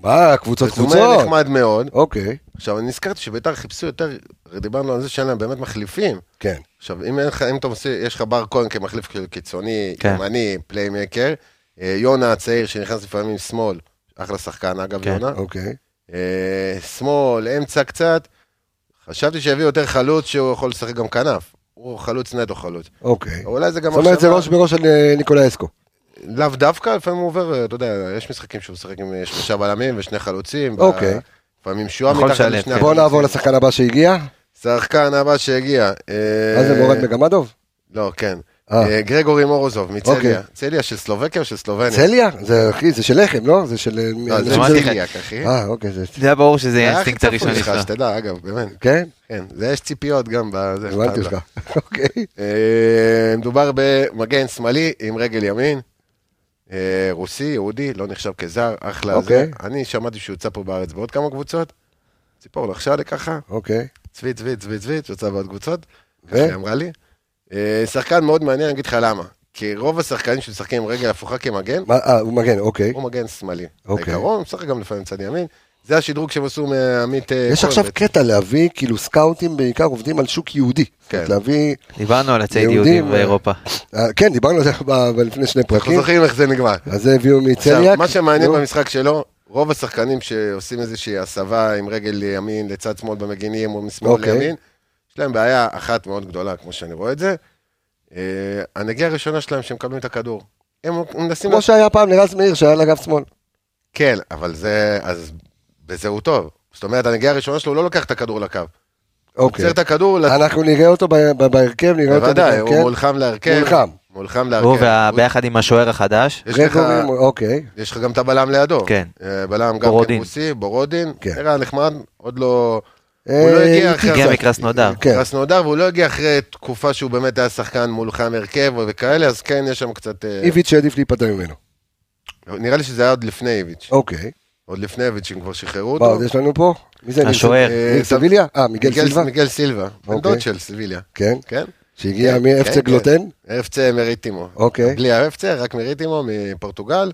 S1: מה, קבוצות
S5: בדומה
S1: קבוצות?
S5: נחמד מאוד.
S1: אוקיי,
S5: עכשיו, אני נזכרתי שביתר חיפשו יותר, דיברנו על זה שאין להם באמת מחליפים.
S1: כן.
S5: עכשיו, אם אין לך, אם אתה עושה, יש לך בר כהן כמחליף כאילו קיצוני,
S2: כן.
S5: ימני, פליימקר, אה, יונה הצעיר שנכנס לפעמים עם שמאל, אחלה שחקן אגב,
S2: כן.
S5: יונה,
S1: אוקיי.
S5: אה, שמאל, אמצע קצת, חשבתי שיביאו יותר חלוץ שהוא יכול לשחק גם כנף, הוא חלוץ נטו חלוץ.
S1: אוקיי.
S5: אולי זה גם
S1: זאת אומרת, זה ראש בראש של אה, ניקולאי אסקו.
S5: לאו דווקא, לפעמים הוא עובר, אה, אתה יודע, יש משחקים שהוא משחק עם אה, שלושה בלמים ושני חלוצים.
S1: אוקיי.
S5: ב- לפעמים שועה
S2: יכול
S5: מתחת
S2: לשלב,
S5: לשני
S2: כן.
S1: בואו
S5: הקווים.
S1: נעבור לשחקן הבא שהגיע,
S5: שחקן הבא שהגיע. אה,
S1: מה זה מורד מגמדוב?
S5: לא, כן.
S1: אה.
S5: אה, גרגורי מורוזוב מצליה.
S1: אוקיי.
S5: צליה של סלובקיה או של סלובניה?
S1: צליה? זה אחי, זה של לחם, לא? זה של...
S5: לא, זה
S2: אמרתי לך.
S5: צליאק, אחי.
S1: אה, אוקיי, זה...
S2: זה היה ברור שזה
S5: זה
S2: יהיה
S5: היה הכי
S2: האינסטינקט הראשון
S5: צפוי שלך,
S2: שלך.
S5: שתדע, אגב, באמת.
S1: כן?
S5: כן, זה יש ציפיות גם בזה.
S1: הבנתי
S5: פאדה.
S1: אותך. אוקיי.
S5: אה, מדובר במגן שמאלי עם רגל ימין. אה, רוסי, יהודי, לא נחשב כזר, אחלה זה.
S1: אוקיי.
S5: אני שמעתי שהוא יוצא פה בארץ בעוד כמה קבוצות. ציפור לחשה לי ככה,
S1: אוקיי.
S5: צבי, צבי, צבי, צבי, יוצא בעוד קבוצות.
S1: ו?
S5: ככה היא אמרה לי. אה, שחקן מאוד מעניין, אני אגיד לך למה. כי רוב השחקנים שמשחקים עם רגל הפוכה כמגן,
S1: מה, אה, הוא מגן, אוקיי.
S5: הוא מגן שמאלי.
S1: אוקיי.
S5: בעיקרון, הוא משחק גם לפעמים צד ימין. זה השדרוג שהם עשו מעמית אה,
S1: יש
S5: כהן
S1: עכשיו
S5: בעצם.
S1: קטע להביא, כאילו סקאוטים בעיקר עובדים על שוק יהודי.
S5: כן.
S1: כן. להביא...
S2: דיברנו על הצייד
S1: יהודים,
S2: יהודים
S1: אה,
S2: באירופה.
S1: אה, כן, דיברנו על זה ב- ב- לפני שני
S5: אנחנו
S1: פרקים.
S5: זוכרים איך זה נגמר.
S1: אז זה הביאו
S5: עכשיו,
S1: מצליאק.
S5: מה שמעניין
S1: נו,
S5: במשחק שלו, רוב השחקנים שעושים איזושהי הסבה עם רגל ימין לצד שמאל במגינים או משמאל
S1: אוקיי.
S5: לימין, יש להם בעיה אחת מאוד גדולה, כמו שאני רואה את זה. אה, הנגיעה הראשונה שלהם שמקבלים את הכדור. הם מנסים...
S1: כמו שהיה פעם לרז מאיר שהיה על אגף שמאל.
S5: כן, אבל זה... אז בזה הוא טוב. זאת אומרת, הנגיעה הראשונה שלו, הוא לא לוקח את הכדור לקו.
S1: אוקיי.
S5: עוצר את הכדור לצד.
S1: אנחנו נראה אותו ב- ב- בהרכב, נראה אותו
S5: בוודאי, הוא
S1: בהרכב.
S5: מולחם להרכב.
S1: כן. מולחם.
S5: מולחם להרכב.
S2: הוא וה-
S5: כן.
S2: ביחד עם השוער החדש.
S5: יש לך-
S1: רגורים, אוקיי.
S5: יש לך גם את הבלם לידו.
S2: כן.
S5: אה, בלם גם
S2: בורודין.
S5: כרוסי, בורודין.
S1: כן.
S5: נראה נחמד, עוד לא...
S1: אה,
S5: הוא לא הגיע אחרי...
S2: הגיע
S5: הסף-
S2: מקרסנודר.
S1: כן.
S5: קרסנודר, והוא לא הגיע אחרי תקופה שהוא באמת היה שחקן מולחם הרכב וכאלה, אז כן, יש שם קצת... אה,
S1: איביץ' שעדיף להיפטר ממנו.
S5: נראה לי שזה היה עוד לפני איביץ'.
S1: אוקיי.
S5: עוד לפני איביץ', הם כבר שחררו
S1: מה
S5: אותו.
S1: עוד יש לנו פה? מי זה?
S2: השוער.
S1: ניר
S5: אה,
S1: סביליה? אה, מיגל
S5: לא. מיגל-
S1: סילבה?
S5: מיגל סילבה, בן
S1: אוקיי.
S5: דוד של סביליה.
S1: כן.
S5: כן?
S1: שהגיע
S5: כן,
S1: מ-FC
S5: כן,
S1: גלוטן?
S5: FC מריטימו.
S1: אוקיי.
S5: בלי ה-FC, רק מריטימו מפורטוגל.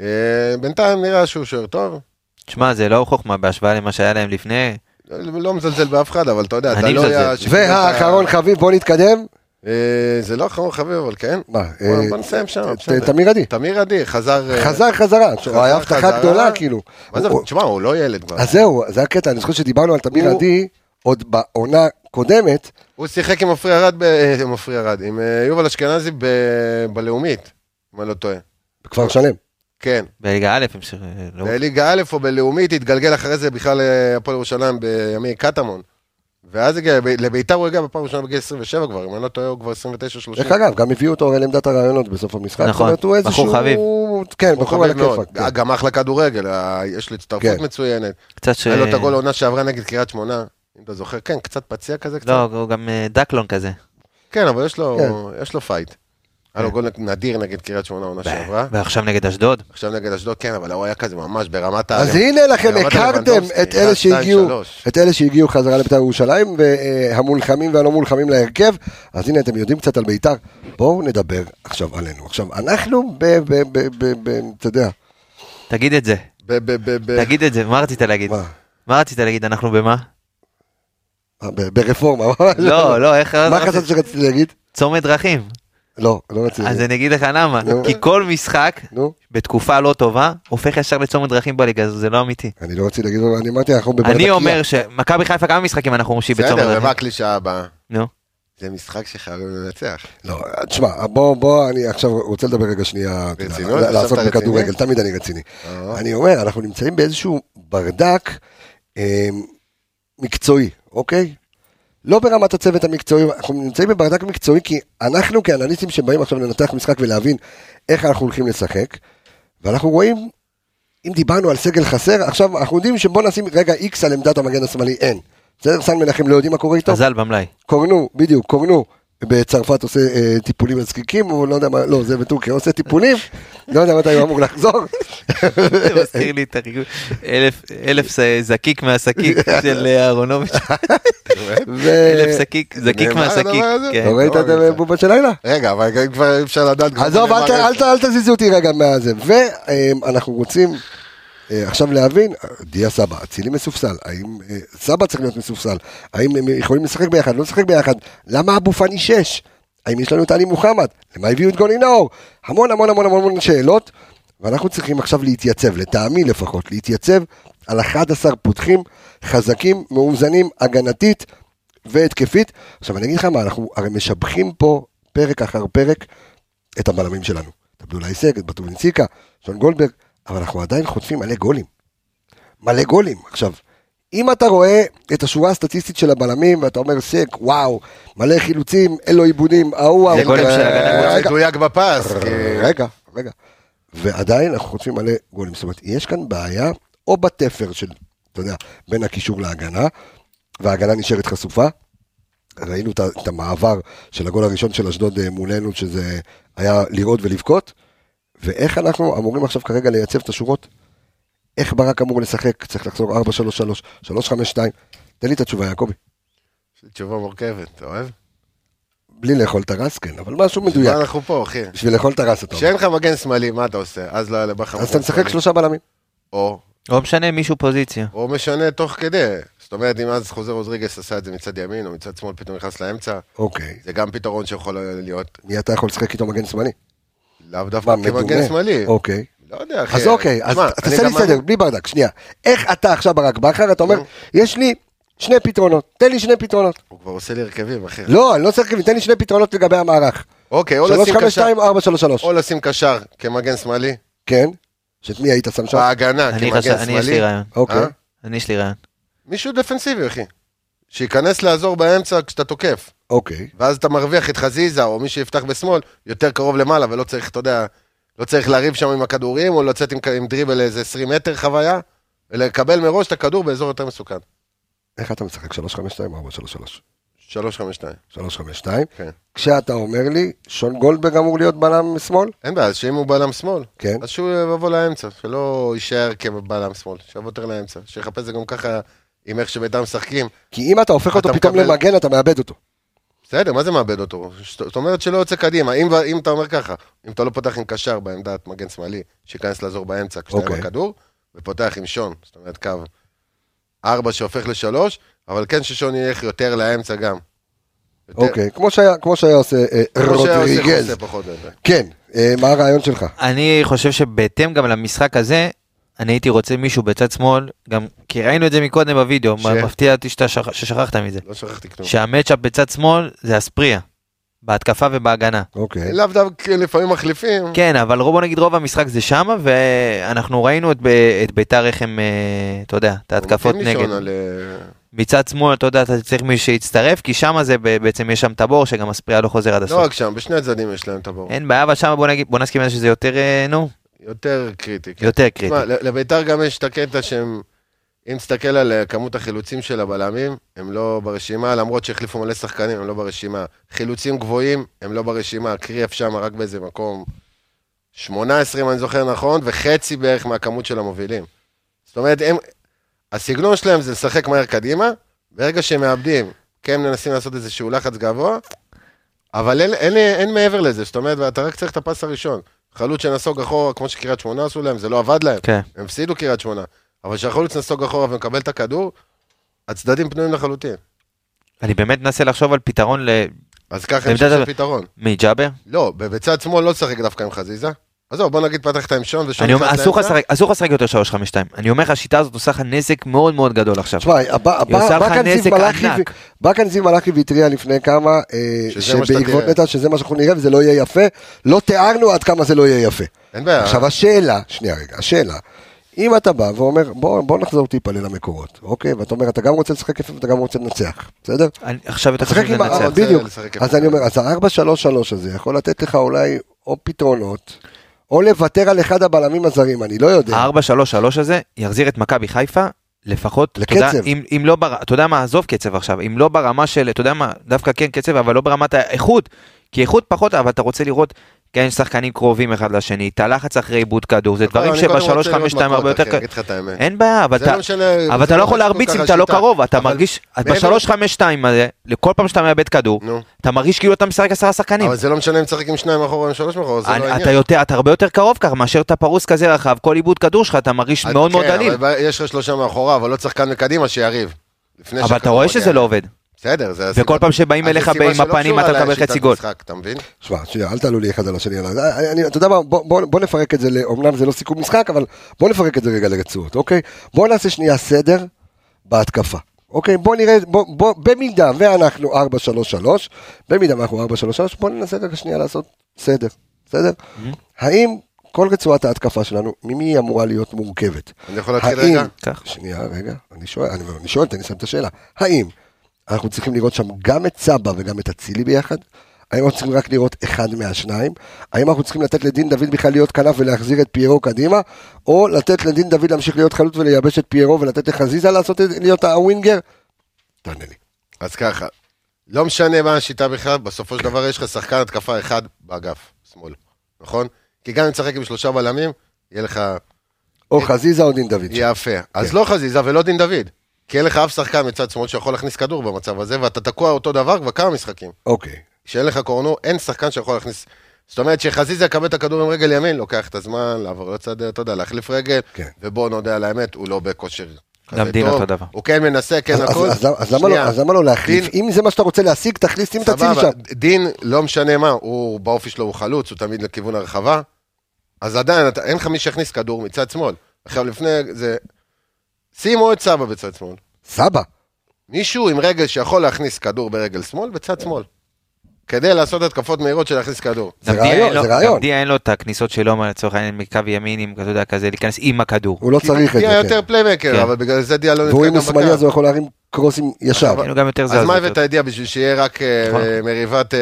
S5: אה, בינתיים נראה שהוא שוער טוב.
S2: שמע, זה לא חוכמה בהשוואה למה שהיה להם לפני.
S5: לא לא מזלזל באף אחד, אבל אתה יודע,
S2: אני
S5: אתה לא
S2: מזלזל.
S5: היה... שקיבל את ה-
S1: והאחרון חביב, בוא נתקדם.
S5: אה, זה לא אחרון חביב, אבל כן.
S1: מה?
S5: בוא
S1: אה,
S5: בוא נסיים שם,
S1: ת-
S5: בסדר.
S1: תמיר עדי.
S5: תמיר עדי, חזר... אה,
S1: חזר חזרה, הוא היה הבטחה
S5: חזרה.
S1: גדולה כאילו.
S5: מה זה,
S1: הוא-
S5: תשמע, הוא לא ילד כבר.
S1: אז זהו, זה הקטע, אני זוכר שדיברנו על תמיר
S5: הוא-
S1: עדי עוד בעונה קודמת,
S5: הוא שיחק עם עופרי ארד, ב- אה, עם עופרי ארד, עם אה, יובל אשכנזי ב- בלאומית, אם אני לא טועה.
S1: בכפר שלם.
S5: כן,
S2: בליגה א' הם ש... לא.
S5: בליגה א' או בלאומית, התגלגל אחרי זה בכלל להפועל ירושלים בימי קטמון. ואז הגיע, ב- לביתר הוא הגיע בפעם הראשונה בגיל 27 כבר, אם אני לא טועה, הוא כבר 29-30.
S1: דרך אגב, גם הביאו אותו אל עמדת הרעיונות בסוף המשחק.
S2: נכון,
S1: זאת אומרת, הוא
S2: בחור
S1: איזשהו-
S2: חביב.
S1: כן,
S5: הוא
S1: בחור על
S5: חביב מאוד.
S1: הכיפאק. כן.
S5: גם אחלה כדורגל, אה, יש לו הצטרפות
S1: כן.
S5: מצוינת.
S2: קצת ש...
S5: היה לו את הגול העונה שעברה נגד קריית שמונה, אם אתה זוכר, כן, קצת פציע כזה, קצת.
S2: לא, הוא גם אה, דקלון כזה.
S5: כן, אבל יש לו, יש לו פייט.
S2: כן.
S5: היה לו גול נדיר נגד קריית שמונה עונה שעברה,
S2: ועכשיו נגד אשדוד.
S5: עכשיו נגד אשדוד, כן, אבל הוא היה כזה ממש ברמת ה...
S1: אז הנה לכם,
S5: ברמת
S1: הכרתם
S5: הלבנדובסקי,
S1: את אלה
S5: אחד, שתיים,
S1: שהגיעו,
S5: שלוש.
S1: את אלה שהגיעו חזרה לבית"ר ירושלים, והמולחמים והלא מולחמים להרכב, אז הנה אתם יודעים קצת על בית"ר. בואו נדבר עכשיו עלינו. עכשיו, אנחנו, ב- ב- ב- ב- ב- אתה יודע,
S2: תגיד את זה.
S5: ב- ב- ב- ב-
S2: תגיד את זה, מה רצית להגיד?
S1: מה?
S2: מה רצית להגיד, אנחנו במה?
S1: אה, ב- ברפורמה.
S2: לא, לא, איך...
S1: מה חשבת שרציתי להגיד?
S2: צומת דרכים.
S1: לא, לא רציתי.
S2: אז אני אגיד לך למה.
S1: נו.
S2: כי כל משחק,
S1: נו,
S2: בתקופה לא טובה, הופך ישר לצומת דרכים בליגה הזו, זה לא אמיתי.
S1: אני לא רציתי להגיד, אבל אני אמרתי, אנחנו בבלבקייה.
S2: אני אומר שמכבי חיפה כמה משחקים אנחנו מושיעים בצומת
S5: בסדר, ומה
S2: דרכים?
S5: הקלישאה הבאה?
S2: נו.
S5: זה משחק שחייבים לנצח.
S1: לא, תשמע, בוא, בוא, אני עכשיו רוצה לדבר רגע שנייה, אתה יודע,
S2: לא,
S5: רצינות? עכשיו
S1: לעסוק
S5: אתה רציני?
S1: בכדורגל, תמיד אני רציני.
S2: אה.
S5: לא? אה?
S1: אני אומר, אנחנו נמצאים באיזשהו ברדק אה, מקצועי, אוקיי? לא ברמת הצוות המקצועי, אנחנו נמצאים בברדק מקצועי כי אנחנו כאנליסטים שבאים עכשיו לנתח משחק ולהבין איך אנחנו הולכים לשחק, ואנחנו רואים, אם דיברנו על סגל חסר, עכשיו אנחנו יודעים שבוא נשים רגע איקס על עמדת המגן השמאלי, אין. בסדר, סן מנחם לא יודעים מה קורה איתו?
S2: מזל במלאי.
S1: קורנו, בדיוק, קורנו בצרפת עושה אה, טיפולים על זקיקים, הוא לא יודע מה, לא, זה בטורקיה, עושה טיפולים, לא יודע מתי הוא אמור לחזור.
S2: זה מזכיר לי את הריגול. אלף- אלף ס- זקיק מהשקיק של אה, אהרונוביץ'.
S1: ו...
S2: אלף זקיק, זקיק
S5: נאמר
S2: מהשקיק.
S5: הדבר הזה?
S2: כן.
S1: לא ראית את
S5: לא,
S1: הבובה של לילה?
S5: רגע, אבל גם כבר אי אפשר לדעת. כבר
S1: עזוב,
S5: נאמר
S1: אל ת-
S5: את
S1: אל
S5: זה.
S1: ת- אל תזיזו אותי רגע מהזה. ואנחנו רוצים אה, עכשיו להבין, אה, דיה סבא, אצילי מסופסל, האם אה, סבא צריך להיות מסופסל, האם הם יכולים לשחק ביחד, לא לשחק ביחד, למה אבו פאני 6? האם יש לנו את עלי מוחמד? למה הביאו את גולי נאור? המון המון המון המון המון שאלות, ואנחנו צריכים עכשיו להתייצב, לטעמי לפחות, להתייצב על 11 פותחים חזקים, מאוזנים, הגנתית והתקפית. עכשיו אני אגיד לך מה, אנחנו הרי משבחים פה פרק אחר פרק את הבלמים שלנו. את עבדולאי סק, את בטובינציקה, שון גולדברג, אבל אנחנו עדיין חוטפים מלא גולים. מלא גולים. עכשיו, אם אתה רואה את השורה הסטטיסטית של הבלמים, ואתה אומר סק, וואו, מלא חילוצים, אין לו עיבודים, ההוא, אה, ההוא,
S2: גולים של הגנה,
S1: רגע,
S5: זה אה, מדויק בפס. כי-
S1: רגע, רגע. ועדיין אנחנו חוטפים מלא גולים. זאת אומרת, יש כאן בעיה, או בתפר של, אתה יודע, בין הקישור להגנה, וההגנה נשארת חשופה. ראינו את ה- את המעבר של הגול הראשון של אשדוד אה, מולנו, שזה היה לראות ולבכות. ואיך אנחנו אמורים עכשיו כרגע לייצב את השורות? איך ברק אמור לשחק? צריך לחזור 4-3-3, 3-5-2. תן לי את התשובה, יעקבי.
S5: תשובה מורכבת, אתה אוהב?
S1: בלי לאכול את הרס, כן, אבל משהו
S5: בשביל
S1: מדויק.
S5: מה אנחנו פה, אחי.
S1: בשביל לאכול את הרס, אתה אומר.
S5: כשאין לך מגן שמאלי, מה אתה עושה? אז לא יעלה בך
S1: אז אתה משחק שלושה בלמים.
S5: או,
S2: לא משנה, מישהו פוזיציה.
S5: או משנה תוך כדי. זאת אומרת, אם אז חוזר רודריגס עשה את זה מצד ימין, או מצד שמאל פתאום נכנס לאמצע,
S1: אוקיי.
S5: זה גם פתרון שיכול להיות
S1: מי אתה יכול לשחק איתו מגן שמאני?
S5: לאו דווקא כמגן
S1: מדומה?
S5: שמאלי.
S1: אוקיי.
S5: לא יודע, אחי.
S1: אז אוקיי, אז
S5: תשמע,
S1: תעשה
S5: אני
S1: לי
S5: גם מאמין-
S1: סדר, בלי ברדק, שנייה. איך אתה עכשיו ברק בכר, אתה אומר,
S5: נו.
S1: יש לי שני פתרונות, תן לי שני פתרונות.
S5: הוא כבר עושה לי הרכבים, אחי.
S1: לא, אני לא צריך, תן לי שני פתרונות לגבי המערך.
S5: אוקיי, או
S1: 3,
S5: לשים
S1: 5,
S5: קשר,
S1: 2, 4, 3, 3.
S5: או לשים קשר כמגן שמאלי,
S1: כן? שאת מי היית שם שם?
S5: בהגנה
S2: אני
S5: כמגן
S2: חשב-
S5: שמאלי.
S2: אני, יש לי רעיון.
S1: אוקיי.
S5: אה?
S2: אני, יש לי רעיון.
S5: מישהו דפנסיבי, אחי. שייכנס לעזור באמצע כשאתה תוקף.
S1: אוקיי.
S5: ואז אתה מרוויח את חזיזה, או מי שיפתח בשמאל, יותר קרוב למעלה, ולא צריך, אתה יודע, לא צריך לריב שם עם הכדורים, או לצאת עם, עם דריבל לאיזה 20 מטר חוויה, ולקבל מראש את הכדור באזור יותר מסוכן.
S1: איך אתה משחק? 3, 5, 2, 4, 3, 3.
S5: 3-5-2.
S1: 3, 5, 2.
S5: כן.
S1: כשאתה אומר לי, שון גולדברג אמור להיות בלם שמאל?
S5: אין בעיה, אז שאם הוא בלם שמאל,
S1: כן.
S5: אז שהוא יבוא לאמצע, שלא יישאר כבלם שמאל, שיבוא יותר לאמצע, שיחפש את זה גם ככה עם איך שביתר משחקים.
S1: כי אם אתה הופך אותו
S5: אתה
S1: פתאום
S5: מקבל- כן.
S1: למגן, אתה מאבד אותו.
S5: בסדר, מה זה מאבד אותו? זאת זאת אומרת שלא יוצא קדימה. אם, אם אתה אומר ככה, אם אתה לא פותח עם קשר בעמדת מגן שמאלי, שייכנס לעזור באמצע כשאתה עם
S1: אוקיי.
S5: הכדור, ופותח עם שון, זאת אומרת קו ארבע שהופך לשלוש, אבל כן ששון ילך יותר לאמצע גם. יותר-
S1: אוקיי. כמו שהיה- כמו שהיה עושה אה,
S5: כמו שהיה עושה
S1: רודריגז.
S5: חוסה פחות או יותר.
S1: כן. אה, מה הרעיון שלך?
S2: אני חושב שבהתאם גם למשחק הזה, אני הייתי רוצה מישהו בצד שמאל, גם כי ראינו את זה מקודם בווידאו,
S5: ש?
S2: מפתיע אותי שאתה שכח- ששכחת מזה.
S5: לא שכחתי כלום.
S2: שהמצ'אפ בצד שמאל זה אספריה, בהתקפה ובהגנה.
S1: אוקיי.
S5: לאו דווקא לפעמים מחליפים.
S2: כן, אבל רוב- בוא נגיד רוב המשחק זה שמה, ואנחנו ראינו את, ב- את ביתר איך הם, אה, אתה יודע, את ההתקפות
S5: רוצים כן לישון
S2: נגד.
S5: על, אה,
S2: מצד שמאל, אתה יודע, אתה צריך מי שיצטרף, כי שמה זה ב- בעצם יש שם את הבור, שגם אספריה לא חוזר עד
S5: לא
S2: הסוף.
S5: רק שם, בשני הצדדים יש להם את הבור.
S2: אין בעיה, אבל שמה בוא נגיד, בוא נסכים על זה שזה יותר, אה, נו,
S5: יותר קריטי. כן.
S2: יותר קריטי.
S5: תשמע, ל- לביתר גם יש את הקטע שהם, אם תסתכל על אה, כמות החילוצים של הבלמים, הם לא ברשימה, למרות שהחליפו מלא שחקנים, הם לא ברשימה. חילוצים גבוהים, הם לא ברשימה. קריאף שם רק באיזה מקום 18, אם אני זוכר נכון, וחצי בערך מהכמות של המובילים. זאת אומרת, הם, הסגנון שלהם זה לשחק מהר קדימה, ברגע שהם מאבדים, כן מנסים לעשות איזשהו לחץ גבוה, אבל אין, אין, אין מעבר לזה, זאת אומרת, אתה רק צריך את הפס הראשון. חלוץ שנסוג אחורה, כמו שקריית שמונה עשו להם, זה לא עבד להם.
S2: כן.
S5: הם הפסידו קריית שמונה. אבל כשהחלוץ נסוג אחורה ומקבל את הכדור, הצדדים פנויים לחלוטין.
S2: אני באמת מנסה לחשוב על פתרון
S5: אז ככה הם
S2: עמדת
S5: שיש
S2: ה-
S5: פתרון.
S2: למג'אבר.
S5: לא, בצד שמאל לא לשחק דווקא עם חזיזה. עזוב, בוא נגיד פתחת עם שון ושון
S2: אני אומר,
S5: נכנס
S2: אסור לך
S5: לאמצע.
S2: לשחק- אסור לך לשחק יותר 3-5-2. אני אומר לך, השיטה הזאת עושה לך נזק מאוד מאוד גדול עכשיו.
S1: תשמע, הבא-
S2: היא
S1: הבא
S2: עושה
S1: בא
S2: לך
S1: כאן זיו
S2: נזק
S1: מלאכי
S2: ענק.
S1: ו- בא כאן זיו מלאכי והתריע לפני כמה, אה,
S5: שזה מה שאתה
S1: שבעקבות
S5: תראה.
S1: נטע, שזה מה שאנחנו נראה וזה לא יהיה יפה, לא תיארנו עד כמה זה לא יהיה יפה.
S5: אין בעיה.
S1: עכשיו השאלה, שנייה רגע, השאלה, אם אתה בא ואומר, בוא בוא נחזור טיפה למקורות, אוקיי? ואתה אומר, אתה גם רוצה לשחק יפה ואתה גם רוצה לנצח, בסדר?
S2: אני- עכשיו יותר חשוב
S1: לשחק עם ה...
S2: לנצח.
S5: רוצה
S1: בדיוק.
S5: אה, לשחק יפה.
S1: אז אני אומר, אז ה-4-3-3 הזה יכול לתת לך אולי או פתרונות, או לוותר על אחד הבלמים הזרים, אני לא יודע.
S2: ה-4-3-3 הזה יחזיר את מכבי חיפה לפחות, אתה
S1: לקצב.
S2: יודע, אם, אם לא, בר- אתה יודע מה, עזוב קצב עכשיו, אם לא ברמה של, אתה יודע מה, דווקא כן קצב, אבל לא ברמת האיכות, כי איכות פחות, אבל אתה רוצה לראות, כן, שחקנים קרובים אחד לשני, את הלחץ אחרי עיבוד כדור, זה
S5: אבל
S2: דברים
S5: אני קודם רוצה לראות
S2: שב-3-5-2
S5: מכות,
S2: הרבה יותר
S5: אחי, אני
S2: קל.
S5: אגיד לך את האמת.
S2: אין בעיה, אבל
S5: זה
S2: אתה...
S5: לא משנה,
S2: אבל
S5: זה
S2: אתה לא יכול
S5: כל
S2: להרביץ
S5: כך
S2: אם אתה לא
S5: השיטה.
S2: קרוב, אתה
S5: אבל
S2: מרגיש,
S5: מעבר-
S2: ב-3-5-2 הזה, אה, לכל פעם שאתה מאבד כדור,
S5: נו.
S2: אתה מרגיש כאילו אתה משחק עשרה שחקנים.
S5: אבל זה לא משנה אם תשחק עם שניים אחורה או עם שלוש מאחורה, זה לא
S2: אני-
S5: העניין.
S2: אתה יותר, אתה הרבה יותר קרוב ככה, מאשר אתה פרוס כזה רחב, כל עיבוד כדור שלך אתה מרגיש מאוד מאוד
S5: כן,
S2: דליל.
S5: אבל יש לך שלושה מאחורה, אבל לא שחקן מקדימה שיריב. לפני
S2: אבל אתה
S5: שהכדור
S2: רואה
S5: מגיע.
S2: שזה לא עובד.
S5: בסדר, זה הסיבה.
S2: וכל פעם שבאים
S5: אז
S2: אליך
S5: זה סיבה
S2: עם
S5: שלא
S2: הפנים
S5: קשורה
S2: אתה מקבל
S5: לשיטת
S2: חצי גול.
S5: משחק, אתה מבין?
S1: שמע, שנייה, אל תעלו לי אחד על השני. אני- אני- אתה יודע מה, בוא- בוא בוא נפרק את זה, ל- אומנם זה לא סיכום משחק, אבל בוא נפרק את זה רגע לרצועות, אוקיי? בוא נעשה שנייה סדר בהתקפה. אוקיי, בוא נראה, בוא, בוא, במידה ואנחנו 4-3-3,
S5: Mm-hmm.
S1: במידה ואנחנו 4-3-3, בוא ננסה רגע שנייה לעשות סדר, בסדר? האם כל רצועת ההתקפה שלנו, ממי היא אמורה להיות מורכבת?
S5: אני יכול להתחיל רגע?
S2: כך.
S1: שנייה, רגע, אני שואל, אני, אני שואל, תן לי לסיים את השאלה. האם אנחנו צריכים לראות שם גם את סבא וגם את אצילי ביחד? האם אנחנו צריכים רק לראות אחד מהשניים? האם אנחנו צריכים לתת לדין דוד בכלל להיות כנף ולהחזיר את פיירו קדימה? או לתת לדין דוד להמשיך להיות חלוץ ולייבש את פיירו ולתת לחזיזה לעשות את, להיות הווינגר? תענה לי.
S5: אז ככה, לא משנה מה השיטה בכלל, בסופו של דבר יש לך שחקן התקפה אחד באגף, שמאל, נכון? כי גם אם תשחק עם שלושה בלמים, יהיה לך
S1: או
S5: כן.
S1: חזיזה או דין דוד.
S5: יפה. אז
S1: כן.
S5: לא חזיזה ולא דין דוד. כי אין לך אף שחקן מצד שמאל שיכול להכניס כדור במצב הזה, ואתה תקוע אותו דבר כבר כמה משחקים.
S1: אוקיי.
S5: כשאין לך קורנו, אין שחקן שיכול להכניס... זאת אומרת, כשחזיזה יקבל את הכדור עם רגל ימין, לוקח את הזמן לעבור לצד, אתה יודע, להחליף רגל,
S1: כן.
S5: ובוא נודה על האמת, הוא לא בכושר. כזה
S2: גם דין
S5: טוב.
S2: אותו דבר.
S5: הוא כן מנסה, כן
S1: אז-
S5: הכול.
S1: אז- אז- אז למה לא-
S5: שנייה.
S1: אז למה לא להחליף?
S5: דין-
S1: אם זה מה שאתה רוצה להשיג, תכניס, שים את אצילי
S5: סבבה,
S1: שם.
S5: דין, לא משנה מה, הוא באופי שלו הוא חלוץ, הוא תמיד לכיוון הרחבה, אז עדיין אתה, אין לך מי שיכניס כדור מצד שמאל. עכשיו לפני זה, שימו את סבא בצד שמאל.
S1: סבא.
S5: מישהו עם רגל שיכול להכניס כדור ברגל שמאל, בצד שמאל. כדי לעשות התקפות מהירות של להכניס כדור.
S1: זה
S2: גם דיה
S1: רעיון,
S2: אין לו-
S1: זה רעיון.
S2: גם דיה אין לו את הכניסות שלו, מה, לצורך העניין, מקו ימין, עם, אתה יודע, כזה, להיכנס עם הכדור.
S1: הוא לא צריך את
S5: דיה
S1: זה.
S5: יותר
S1: כן.
S5: פליימקר,
S2: כן.
S5: אבל בגלל זה דיה לא
S1: והוא
S5: נתקדם
S1: אם הוא שמאלי אז הוא יכול להרים קרוסים ישר.
S2: כאילו גם יותר זה.
S5: אז מה הבאת את דיה בשביל שיהיה רק אה,
S2: נכון.
S5: אה, מריבת אה,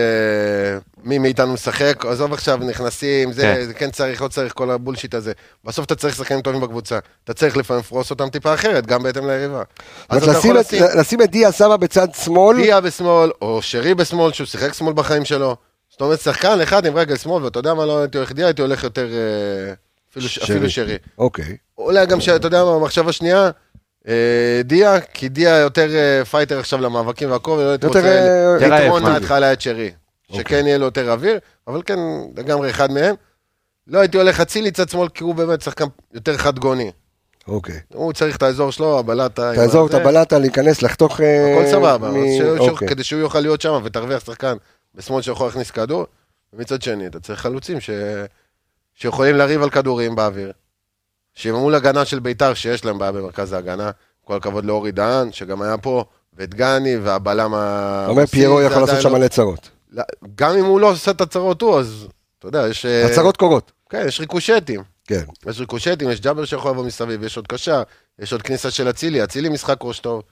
S5: מי מאיתנו משחק? עזוב עכשיו, נכנסים, זה
S2: כן.
S5: זה כן צריך, לא צריך, כל הבולשיט הזה. בסוף אתה צריך שחקנים טובים בקבוצה. אתה צריך לפעמים לפרוס אותם טיפה אחרת, גם בהתאם ליריבה. אז
S1: זאת
S5: אתה
S1: אומרת,
S5: יכול
S1: לשים את-
S5: לשים
S1: לשים את דיה סבא בצד שמאל,
S5: דיה בשמאל, או שרי בשמאל, שהוא שיחק שמאל בחיים שלו. זאת אומרת, שחקן אחד עם רגל שמאל, ואתה יודע מה, לא הייתי הולך דיה, הייתי הולך יותר אה, אפילו- אפילו שרי.
S1: אוקיי.
S5: אולי גם שאתה יודע מה, מחשבה שנייה, אה, דיה, כי דיה יותר אה, פייטר עכשיו למאבקים והכל, ולא הייתי
S1: יותר,
S5: רוצה
S1: אה,
S2: יותר
S5: לתרון
S2: עייף,
S5: מההתחלה את שרי. שכן יהיה לו יותר אוויר, אבל כן, לגמרי אחד מהם. לא הייתי הולך אצילי צד שמאל, כי הוא באמת שחקן יותר חד גוני.
S1: אוקיי.
S5: הוא צריך את האזור שלו, הבלטה. עם
S1: תעזור את
S5: הזה.
S1: הבלטה להיכנס, לחתוך... אה,
S5: הכל סבבה,
S1: מ-
S5: אבל שהוא- שהוא-
S1: אוקיי.
S5: כדי שהוא יוכל להיות שם ותרוויח שחקן בשמאל שיכול להכניס כדור. ומצד שני, אתה צריך חלוצים ש... שיכולים לריב על כדורים באוויר. שמול הגנה של ביתר, שיש להם בעיה במרכז ההגנה, כל הכבוד לאורי דהן, שגם היה פה, ואת גני, והבלם ה...
S1: אתה אומר פיירו יכול לעשות שם מלא צרות.
S5: לא... גם אם הוא לא עושה את הצרות הוא, אז אתה יודע, יש... אה,
S1: הצרות קורות.
S5: כן, יש ריקושטים.
S1: כן.
S5: יש ריקושטים, יש ג'אבר שיכול לבוא מסביב, יש עוד קשר, יש עוד כניסה של אצילי, אצילי משחק ראש טוב.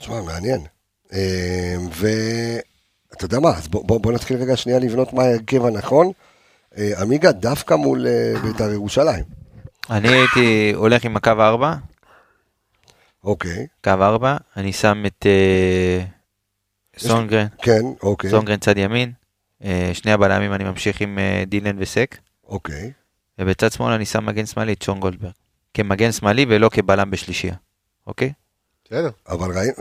S1: תשמע, מעניין. אה, ואתה יודע מה, אז בוא- בוא בוא נתחיל רגע שנייה לבנות מה ההרכב הנכון. אה, עמיגה דווקא מול אה, בית"ר ירושלים.
S2: אני הייתי הולך עם הקו 4,
S1: אוקיי.
S2: קו 4, אני שם את אה, סונגרן,
S1: כן, אוקיי.
S2: סונגרן צד ימין, אה, שני הבלמים אני ממשיך עם אה, דילן וסק,
S1: אוקיי.
S2: ובצד שמאל אני שם מגן שמאלי את שון גולדברג, כמגן שמאלי ולא כבלם בשלישייה, אוקיי?
S5: בסדר.
S1: אבל ראינו,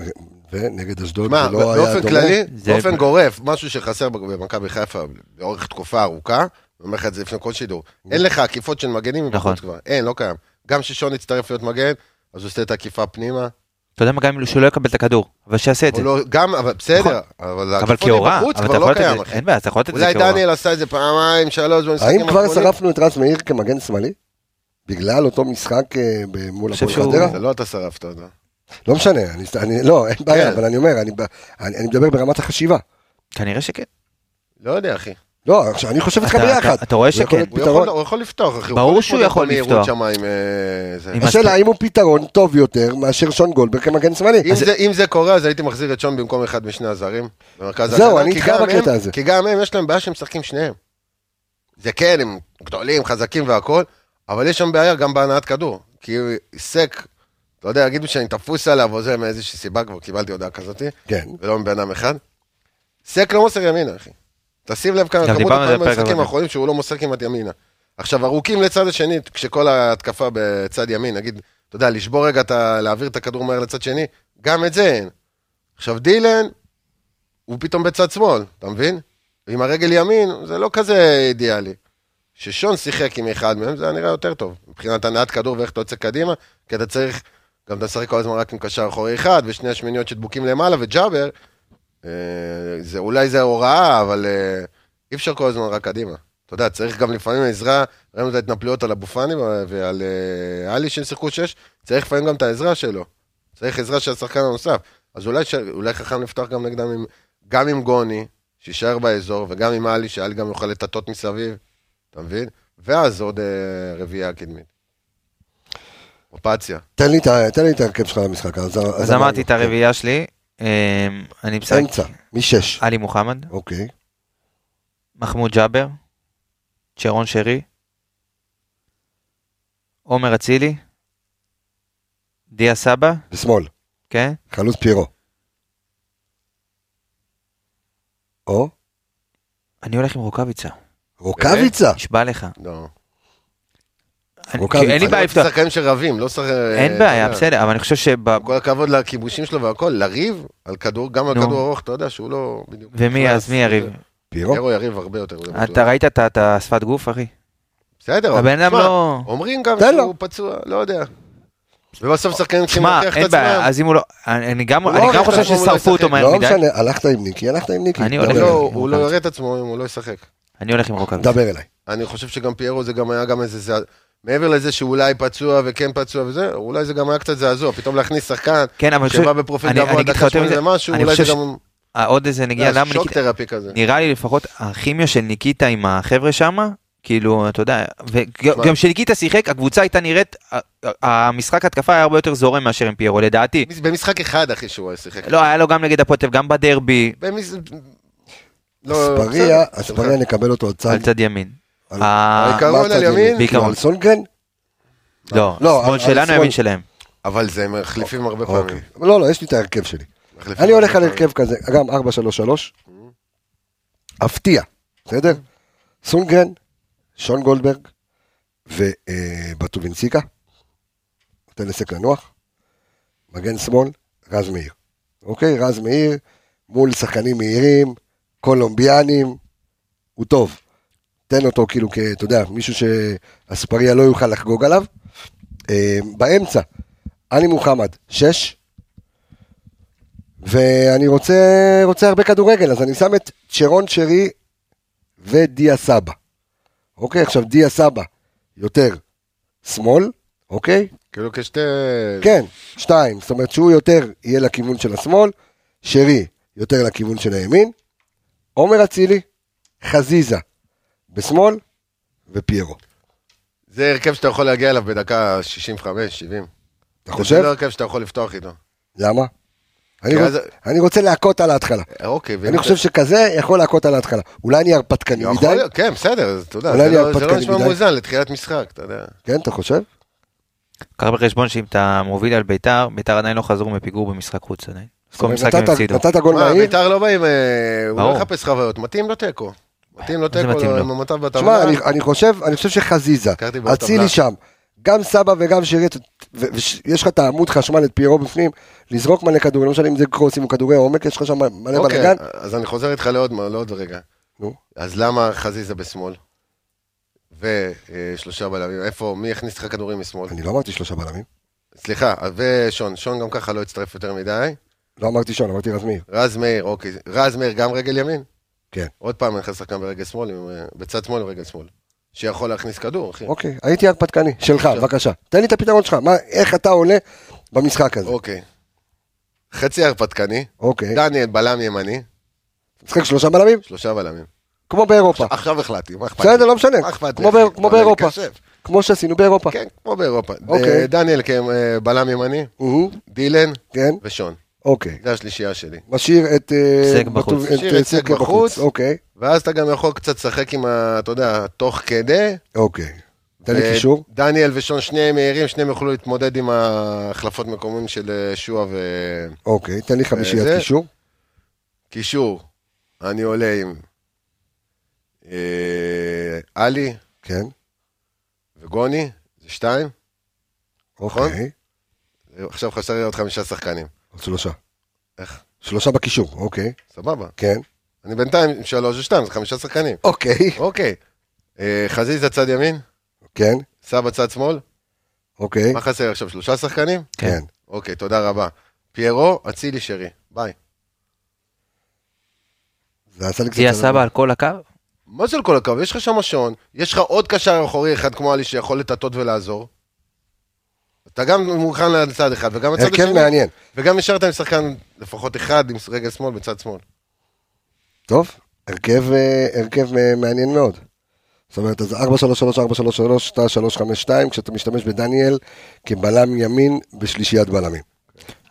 S1: ונגד אשדוד
S5: מה,
S1: זה לא היה דומה.
S5: באופן כללי,
S2: זה-
S5: באופן גורף, משהו שחסר במכבי חיפה לאורך תקופה ארוכה, אני אומר לך את זה לפני כל שידור, אין לך עקיפות של מגנים
S2: נכון.
S5: מבחוץ כבר, אין, לא קיים. גם כששון הצטרף להיות מגן, אז הוא עושה את העקיפה פנימה.
S2: אתה יודע מה, גם אם הוא שלא יקבל את הכדור, אבל שיעשה את
S5: הוא
S2: זה. נכון.
S5: לא- גם, אבל בסדר, אבל
S2: אבל
S5: העקיפות
S2: כהוראה,
S5: מבחוץ
S2: אבל אתה
S5: כבר
S2: יכול
S5: לא
S2: לתת את
S5: קיים,
S2: זה,
S5: אחי.
S2: אין בעיה, אתה יכול לתת את זה
S5: אולי
S2: כהוראה.
S5: דניאל עשה את זה פעמיים, שלוש, במשחקים
S1: האם כבר
S5: האחרונים.
S1: שרפנו את רז מאיר כמגן שמאלי? בגלל אותו משחק אה, ב- מול
S2: חושב
S1: הפועל
S2: שהוא-
S1: חדרה?
S5: זה לא אתה שרפת אותו.
S1: לא משנה, אני, אני, לא, אין
S2: כן.
S1: בעיה, אבל אני אומר, אני, ב- אני, אני מדבר ברמת החשיבה.
S2: כנראה שכן.
S5: לא יודע, אחי.
S1: לא, עכשיו, אני חושב איתך
S2: אתה-
S1: ביחד.
S2: אתה- אתה רואה
S1: זה יכול
S2: שכן.
S1: להיות
S5: הוא
S1: פתרון-
S5: יכול- הוא יכול לפתוח, אחי. הוא
S2: ברור שהוא
S5: להתמודד
S2: יכול
S5: במהירות
S2: לפתוח.
S5: שם עם, אה, זה.
S2: עם
S1: השאלה אם הוא פתרון טוב יותר מאשר שון גולדברג כמגן שמאלי.
S5: אם, זה, אם זה קורה, אז הייתי מחזיר את שון במקום אחד משני הזרים. במרכז
S1: זהו,
S5: ההגנה,
S1: אני
S5: כי
S1: איתך
S5: גם
S1: בקטע
S5: הם-
S1: הזה.
S5: כי גם הם, יש להם בעיה שהם משחקים שניהם. זה כן, הם גדולים, חזקים והכול, אבל יש שם בעיה גם בהנעת כדור. כי סק, אתה יודע, יגידו שאני תפוס עליו או זה מאיזושהי סיבה, כבר קיבלתי הודעה כזאת,
S1: כן.
S5: ולא מבן אדם אחד. סק לא מוסר ימינה, אחי. תשים לב כמה
S2: גם
S5: כמות
S2: דיברנו על זה
S5: הפעמים
S2: בפרק
S5: במשחקים
S2: הקודם.
S5: האחרונים שהוא לא מוסר כמעט ימינה. עכשיו, ארוכים לצד השני, כשכל ההתקפה בצד ימין, נגיד, אתה יודע, לשבור רגע, את ה- להעביר את הכדור מהר לצד שני, גם את זה אין. עכשיו, דילן, הוא פתאום בצד שמאל, אתה מבין? עם הרגל ימין, זה לא כזה אידיאלי. ששון שיחק עם אחד מהם, זה היה נראה יותר טוב. מבחינת הנעת כדור ואיך אתה יוצא קדימה, כי אתה צריך, גם אתה משחק כל הזמן רק עם קשר אחורי אחד, ושני השמיניות שדבוקים למעלה, וג'אבר, אה, זה, אולי זה הוראה, אבל אה, אי אפשר כל הזמן רק קדימה. אתה יודע, צריך גם לפעמים עזרה, ראינו את ההתנפלויות על אבו פאני ועל אה, עלי שהם שיחקו שש, צריך לפעמים גם את העזרה שלו. צריך עזרה של השחקן הנוסף. אז אולי, ש... אולי חכם לפתוח גם נגדם עם... גם עם גוני, שיישאר באזור, וגם עם עלי, שעלי גם יוכל לטטות מסביב. אתה אתה מבין? ואז עוד אה, רביעייה קדמית. אופציה.
S1: תן לי את ה- תן לי את ההרכב שלך למשחק.
S2: אז אמרתי את הרביעייה שלי, אה, אני משחק.
S1: כן. אמצע, משש.
S2: עלי מוחמד,
S1: אוקיי.
S2: מחמוד ג'אבר, צ'רון שרי, עומר אצילי, דיה סבא,
S1: בשמאל,
S2: כן?
S1: חלוץ פירו. או
S2: אני הולך עם רוקאביצה,
S1: רוקאביצה.
S2: נשבע לך.
S5: לא.
S2: אני-
S1: רוקאביצה.
S2: אין לי
S5: אני
S2: בעיה
S5: רוצה
S2: לפתוח,
S5: שחקנים שרבים, לא שחק...
S2: אין בעיה, בסדר, אבל אני חושב שב...
S5: כל הכבוד לכיבושים שלו והכל, לריב על כדור, גם על
S2: נו.
S5: כדור ארוך, אתה יודע שהוא לא בדיוק...
S2: ומי, אז מי יריב?
S1: פירו.
S5: אירו יריב הרבה יותר. זה בטוח.
S2: אתה ראית את ה- את השפת גוף, אחי?
S5: בסדר, אבל
S2: הבן אדם
S5: תשמע,
S2: לא...
S5: אומרים גם
S1: תן לו.
S5: שהוא פצוע, לא יודע. ובסוף שחקנים צריכים
S2: אה, שמע,
S5: להוכיח את
S2: אין בעיה,
S5: עצמם.
S2: אז אם הוא לא... אני אני גם
S5: הוא
S2: אני
S5: לא
S2: גם
S5: הולך
S2: חושב
S5: לעבור, הוא לא
S2: ששרפו אותו
S5: ישחק.
S2: מהר
S1: לא
S2: מדי.
S1: משנה, הלכת עם ניקי, הלכת עם ניקי.
S2: אני
S1: דבר
S2: הולך- לא-
S5: לא,
S1: אליי.
S5: הוא לא יראה את עצמו אם הוא לא ישחק.
S2: אני הולך עם רוקאביצה.
S1: דבר אליי.
S5: אני חושב שגם פיירו זה גם היה גם איזה... זה... מעבר לזה שאולי פצוע וכן פצוע וזה, אולי זה גם היה קצת זעזוע. פתאום להכניס שחקן
S2: כן, אבל אני חושב...
S5: שבא בפרופיל
S2: אני-
S5: גבוה,
S2: אני אגיד לך
S5: דקה
S2: יותר
S5: שמונה
S2: מזה,
S5: זה משהו,
S2: אני
S5: אולי זה
S2: חושב
S5: גם...
S2: אה, עוד איזה נגיעה,
S5: זה
S2: למה
S5: שוק
S2: ניקיטה...
S5: תרפי כזה.
S2: נראה לי לפחות הכימיה של ניקיטה עם החבר'ה שמה, כאילו, אתה יודע, וגם כשניקיטה שיחק, הקבוצה הייתה נראית, ה- ה- המשחק התקפה היה הרבה יותר זורם מאשר עם פיירו, לדעתי.
S5: במשחק אחד, אחי, שהוא שיחק.
S2: לא, היה לו גם נגד הפוטב, גם בדרבי,
S5: במש... לא,
S1: אספריה,
S5: בסדר.
S1: אספריה נקבל אותו על צד.
S2: על צד ימין.
S1: על-
S2: ה-
S5: העיקר-
S1: מה הצד
S5: על ימין?
S1: ימין?
S2: בעיקרון.
S1: כאילו, על סונגרן?
S2: לא,
S1: לא,
S2: שמאל
S1: על- על
S2: שלנו,
S1: שמאל.
S2: ימין שלהם.
S5: אבל זה מחליפים הרבה
S1: אוקיי.
S5: פעמים.
S1: לא, לא, יש לי את ההרכב שלי.
S5: מחליפים
S1: אני הולך
S5: הרבה
S1: על
S5: פעמים.
S1: הרכב כזה, גם 433. אפתיע, בסדר? סונגרן, שון גולדברג ובטובינסיקה. נותן לסק לנוח. מגן שמאל, רז מאיר. אוקיי, רז מאיר מול שחקנים מהירים, קולומביאנים, הוא טוב. תן אותו כאילו, כ- אתה יודע, מישהו שאספריה לא יוכל לחגוג עליו. אה, באמצע, עלי מוחמד, שש. ואני רוצה, רוצה הרבה כדורגל, אז אני שם את צ'רון שרי ודיה סבא. אוקיי, עכשיו דיה סבא יותר שמאל, אוקיי?
S5: כאילו כשתי...
S1: כן, שתיים, זאת אומרת שהוא יותר יהיה לכיוון של השמאל, שרי יותר לכיוון של הימין, עומר אצילי, חזיזה בשמאל ופיירו.
S5: זה הרכב שאתה יכול להגיע אליו בדקה 65, 70.
S1: אתה חושב?
S5: זה לא הרכב שאתה יכול לפתוח איתו.
S1: למה? אני,
S5: כי
S1: רוצ...
S5: אז-
S1: אני רוצה להכות על ההתחלה.
S5: אוקיי. ואם
S1: אני
S5: אתה-
S1: חושב שכזה יכול להכות על ההתחלה. אולי אני הרפתקני
S5: יכול
S1: מדי,
S5: להיות, כן, בסדר, אז אתה יודע,
S1: אולי
S5: זה
S1: אני
S5: לא- זה לא
S1: הרפתקני
S5: נשמע
S1: מדי.
S5: מאוזן לתחילת משחק, אתה יודע.
S1: כן, אתה חושב?
S2: קח בחשבון שאם אתה מוביל על ביתר, ביתר עדיין לא חזרו מפיגור במשחק חוץ עדיין. אז כל משחק הם
S1: נתת-
S2: הפסידו.
S1: נתת גול
S5: מה,
S1: מהיר?
S5: ביתר לא באים, אה, הוא לא
S2: ברור.
S5: מחפש חוויות, מתאים לו תיקו. מתאים לו
S2: מה זה
S5: תיקו,
S2: מתאים
S5: לא,
S2: לו?
S5: עם המצב
S1: תשמע,
S5: בטבלה.
S1: אני, אני חושב, אני חושב שחזיזה,
S5: הכרתי בטבלה.
S1: אצילי שם, גם סבא וגם שירי, ויש לך את העמוד חשמל, את פיירו בפנים, לזרוק מלא כדורים, לא משנה אם זה קרוסים או כדורי עומק, יש לך שם מלא
S5: אוקיי,
S1: בלאגן.
S5: אז אני חוזר איתך לעוד לעוד רגע.
S1: נו.
S5: אז למה חזיזה בשמאל? ושלושה בלמים, איפה, מי הכניס לך כדורים משמאל?
S1: אני לא אמרתי שלושה בלמים,
S5: סליחה, ושון, שון גם ככה לא הצטרף יותר מדי.
S1: לא אמרתי שון, אמרתי רז מאיר.
S5: רז מאיר, אוקיי. רז מאיר גם רגל ימין?
S1: כן.
S5: עוד פעם אני נכנס שחקן ברגל שמאל, עם, אה, בצד שמאל עם רגל שמאל. שיכול להכניס כדור, אחי.
S1: אוקיי, הייתי הרפתקני, שלך,
S5: עכשיו.
S1: בבקשה. תן לי את הפתרון שלך, מה, איך אתה עולה במשחק הזה.
S5: אוקיי. חצי הרפתקני,
S1: אוקיי,
S5: דניאל בלם ימני,
S1: משחק שלושה בלמים,
S5: שלושה בלמים.
S1: כמו באירופה.
S5: עכשיו החלטתי, מה אכפת לי?
S1: בסדר, לא משנה,
S5: מה אכפת לי,
S1: כמו
S5: אחי?
S1: באיר- כמו
S5: בוא, אני
S1: באירופה.
S5: מתקשב.
S1: כמו שעשינו באירופה.
S5: כן, כמו באירופה.
S1: אוקיי.
S5: אה, דניאל כבלם ימני,
S1: אהה,
S5: דילן
S1: כן,
S5: ושון.
S1: אוקיי.
S5: זה השלישייה שלי.
S1: משאיר את... אה,
S2: סק בחוץ.
S1: בטוב- את,
S5: משאיר
S1: אה,
S5: את סק בחוץ.
S1: אוקיי,
S5: ואז אתה גם יכול קצת לשחק עם ה... אתה יודע, תוך כדי.
S1: אוקיי. תן לי
S5: אה,
S1: קישור.
S5: דניאל ושון שניהם מהירים, שניהם יוכלו להתמודד עם ההחלפות מקומים של אה, שועה
S1: אוקיי, תן לי חמישיית
S5: אה, זה-
S1: קישור.
S5: וקישור. אני עולה עם אה, עלי
S1: כן,
S5: וגוני, זה שתיים. נכון.
S1: אוקיי.
S5: עכשיו חסר לי עוד חמישה שחקנים.
S1: עוד שלושה.
S5: איך?
S1: שלושה בקישור, אוקיי.
S5: סבבה.
S1: כן.
S5: אני בינתיים עם שלוש ושתיים, זה חמישה שחקנים.
S1: אוקיי.
S5: אוקיי. אה, חזיזה צד ימין,
S1: כן,
S5: סבא צד שמאל.
S1: אוקיי.
S5: מה חסר עכשיו? שלושה שחקנים?
S1: כן.
S5: אוקיי, תודה רבה. פיירו, אצילי שרי. ביי.
S1: זה עשה לי קצת...
S2: דיה
S1: סבבה.
S2: סבא על כל הקו?
S5: מה זה לכל הקו? יש לך שם שעון, יש לך עוד קשר אחורי אחד כמו עלי שיכול לטטות ולעזור. אתה גם מוכן לצד אחד, וגם הצד
S1: הרכב
S5: השני,
S1: מעניין.
S5: וגם השארת עם שחקן לפחות אחד עם רגל שמאל בצד שמאל.
S1: טוב, הרכב, אה, הרכב אה, מעניין מאוד. זאת אומרת, אז 4-3-3, 4-3-3, אתה 3-5-2, כשאתה משתמש בדניאל כבלם ימין בשלישיית בלמים.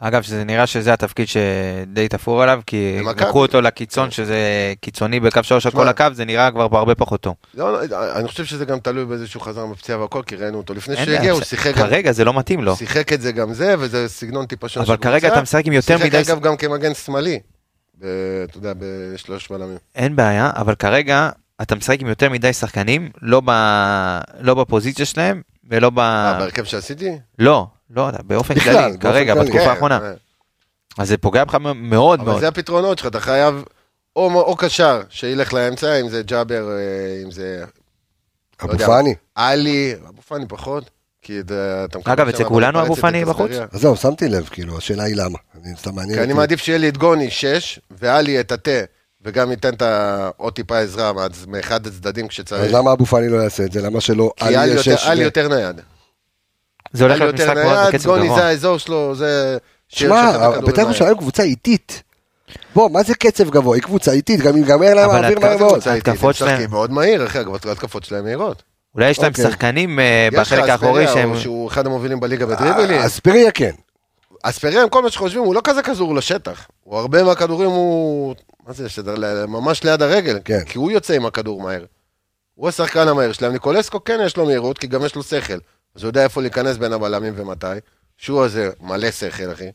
S2: אגב, שזה נראה שזה התפקיד שדי תפור עליו, כי
S5: במכבי.
S2: לקחו אותו לקיצון, שזה קיצוני בקו שלוש על
S5: כן. שמע.
S2: כל הקו, זה נראה כבר בהרבה פחות טוב.
S5: לא, אני חושב שזה גם תלוי באיזה שהוא חזר מפציעה והכל, כי ראינו אותו לפני
S2: אין
S5: שהגיע,
S2: בעיה,
S5: הוא
S2: ש-
S5: שיחק גם...
S2: כרגע זה לא מתאים לו.
S5: שיחק את זה גם זה, וזה סגנון טיפה שונה
S2: אבל
S5: של
S2: כרגע
S5: קבוצה.
S2: אתה משחק עם יותר מדי...
S5: שיחק אגב גם כמגן שמאלי, ב- אתה יודע, בשלוש בלמים.
S2: אין בעיה, אבל כרגע אתה משחק עם יותר מדי שחקנים, לא ב- לא בפוזיציה שלהם ולא ב...
S5: אה, בהרכב שעשיתי?
S2: לא, לא, באופן
S1: בכלל,
S2: כללי,
S1: באופן
S2: כרגע,
S1: כללי.
S2: בתקופה
S5: כן,
S2: האחרונה.
S5: אה.
S2: אז זה פוגע בך מאוד
S5: אבל
S2: מאוד.
S5: זה הפתרונות שלך, אתה חייב או או קשר שילך לאמצע, אם זה ג'אבר, אה, אם זה לא
S1: אבו
S5: יודע.
S1: פאני.
S5: עלי, אבו פאני פחות, כי אתה אתה מקבל...
S2: אגב, אצל
S5: שם
S2: כולנו אבו
S5: מתפרצת
S2: פאני
S5: את
S2: בחוץ?
S5: הסטריה.
S1: אז זהו, שמתי לב, כאילו, השאלה היא למה. אני סתם מעניין
S5: כי אני
S1: אותי.
S5: מעדיף שיהיה לי את גוני 6, ועלי את התה, וגם ייתן את ה- עוד טיפה עזרה מה- מאחד הצדדים
S1: אז
S5: כשצריך.
S1: למה אבו פאני לא יעשה את זה? למה שלא
S5: כי עלי
S1: יהיה
S5: יותר-
S1: שש
S5: עלי
S1: ו-
S5: יותר נייד.
S2: זה הולך
S5: עלי
S2: להיות
S5: יותר
S2: משחק מאוד
S5: נייד,
S2: בקצב
S5: גוני זה
S2: גבוה.
S5: האזור שלו, זה...
S1: שמע,
S5: שיושב את הכדור
S1: בית"ר
S5: מהר.
S1: ירושלים קבוצה איטית. בוא, מה זה קצב גבוה? היא קבוצה איטית, גם ייגמר להם
S2: אבל
S1: האוויר
S2: התקפה
S1: מהר
S5: מה זה
S1: מאוד.
S5: קבוצה איטית?
S2: ההתקפות
S5: הם משחקים
S2: שלהם.
S5: מאוד מהיר, אחי, ההתקפות שלהם מהירות.
S2: אולי יש להם
S1: אוקיי.
S2: שחקנים אה,
S5: יש לך
S2: בחלק האחורי
S5: אספריה,
S2: שהם...
S5: הוא- שהוא אחד המובילים
S1: אה,
S5: בליגה בדריבלים.
S1: אספריה כן.
S5: אספריה, עם כל מה שחושבים, הוא לא כזה כזור לשטח. הוא הרבה מהכדורים הוא... מה זה, שזה ל- ממש ליד הרגל.
S1: כן.
S5: כי הוא יוצא עם הכדור מהר. הוא השחקן המהיר שלהם. ניקולסקו כן יש לו מהירות, כי גם יש לו שכל. אז הוא יודע איפה להיכנס בין הבלמים ומתי. שהוא הזה מלא שכל, אחי.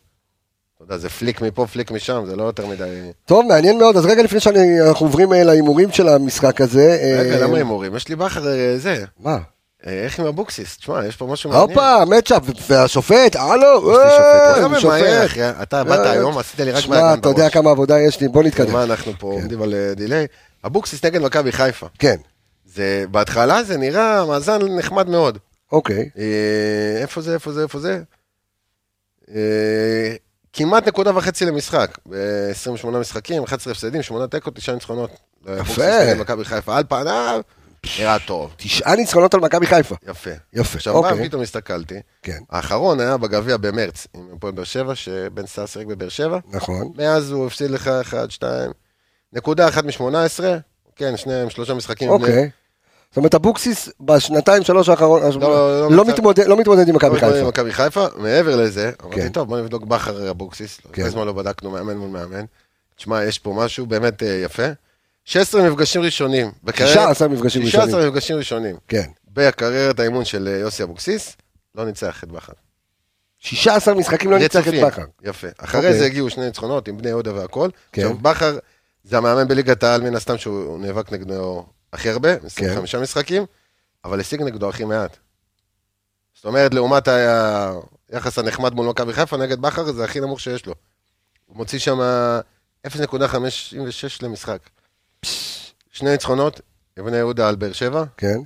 S5: אתה יודע, זה פליק מפה, פליק משם, זה לא יותר מדי...
S1: טוב, מעניין מאוד. אז רגע לפני שאנחנו עוברים אה, להימורים של המשחק הזה. אה,
S5: רגע, למה הימורים? יש לי בכר אה, זה.
S1: מה?
S5: אה, איך עם אבוקסיס? תשמע, יש פה משהו מעניין.
S1: הופה, מצ'אפ, והשופט, הלו,
S5: יש לי
S1: אה,
S5: שופט. אתה ממהר,
S1: שופט.
S5: אחי. אתה באת
S1: אה,
S5: היום, עשית לי רק
S1: שמע, אתה יודע כמה כן. עבודה יש לי, בוא נתקדם.
S5: מה אנחנו פה עומדים על אה, דיליי? אבוקסיס נגד מכבי חיפה.
S1: כן,
S5: זה, בהתחלה זה נראה מאזן נחמד מאוד.
S1: אוקיי.
S5: אה, איפה זה, איפה זה, איפה זה? אה, כמעט נקודה וחצי למשחק. אה, 28 משחקים, 11 הפסדים, 8 תיקו, 9 ניצחונות. אבוקסיס נגד מכבי חיפה על פניו, נראה טוב,
S1: תשעה ניצחונות על מכבי חיפה.
S5: יפה.
S1: יפה,
S5: עכשיו, מה
S1: אוקיי.
S5: פתאום הסתכלתי?
S1: כן,
S5: האחרון היה בגביע במרץ, עם הפועל באר שבע, שבן סער שיחק בבאר שבע.
S1: נכון.
S5: מאז הוא הפסיד לך 1, 2, נקודה אחת מ-18, כן, שניהם, שלושה משחקים.
S1: אוקיי. זאת אומרת, אבוקסיס בשנתיים, שלוש האחרון, אז
S5: לא,
S1: לא
S5: מצא-
S1: מתמודד- לא מתמודד עם מכבי חיפה.
S5: מכבי חיפה, מעבר לזה,
S1: כן.
S5: אמרתי, טוב, בוא נבדוק בכר אבוקסיס,
S1: כן.
S5: הרבה זמן לא בדקנו מאמן מול מאמן. תשמע, יש פה משהו באמת אה, יפה. 16 מפגשים ראשונים. בקריירת-
S1: 16 מפגשים ראשונים.
S5: 16 מפגשים ראשונים.
S1: כן.
S5: בקריירת האימון של אה, יוסי אבוקסיס, לא ניצח את בכר.
S1: 16 משחקים לא ניצח את
S5: רצופים.
S1: בכר.
S5: יפה.
S1: אוקיי.
S5: אחרי זה הגיעו שני ניצחונות עם בני יהודה והכל.
S1: כן.
S5: עכשיו, בכר זה המאמן בליגת העל, מן הסתם שהוא נאבק נגדו הכי הרבה,
S1: כן.
S5: 25 משחקים, אבל השיג נגדו הכי מעט. זאת אומרת, לעומת ה- היחס הנחמד מול מכבי חיפה, נגד בכר זה הכי נמוך שיש לו. הוא מוציא שם 0.56 למשחק. שני ניצחונות, בני יהודה על באר שבע,
S1: כן.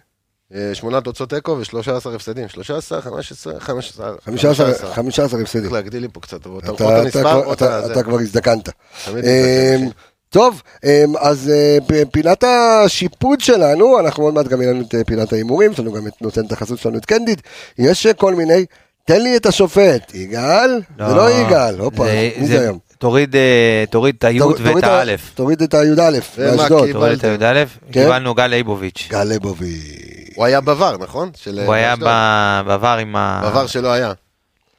S5: אה, שמונה תוצאות תיקו ו-13 הפסדים. 13, 15, 15.
S1: 15 15 הפסדים.
S5: צריך להגדיל לי פה קצת, אבל אתה
S1: אתה-
S5: רואה את
S1: אתה
S5: המספר,
S1: כבר-
S5: או את
S1: אתה-
S5: הזה.
S1: אתה כבר הזדקנת.
S5: תמיד
S1: אמ,
S5: מסתכל, אחי.
S1: טוב, אמ, אז אה, פ- פינת השיפוט שלנו, אנחנו עוד מעט גם יהיה לנו את אה, פינת ההימורים, יש לנו גם את נותן את החסות שלנו את קנדיד, יש אה, כל מיני, תן לי את השופט, יגאל? זה לא יגאל, הופה, מי זה היום?
S2: תוריד, אה, תוריד את היוד
S1: תוריד
S2: ואת
S1: ה-
S2: האלף.
S1: תוריד את הי"א,
S5: ומה,
S1: באשדוד.
S5: כאילו?
S2: תוריד את
S5: קיבלתם.
S2: הי"א,
S1: כן.
S2: קיבלנו גל ליבוביץ'.
S1: גלבובי.
S5: הוא היה בוואר, נכון? של-
S2: הוא היה
S5: באשדוד.
S1: לא.
S2: ב- בעבר עם ה...
S5: בוואר שלא היה.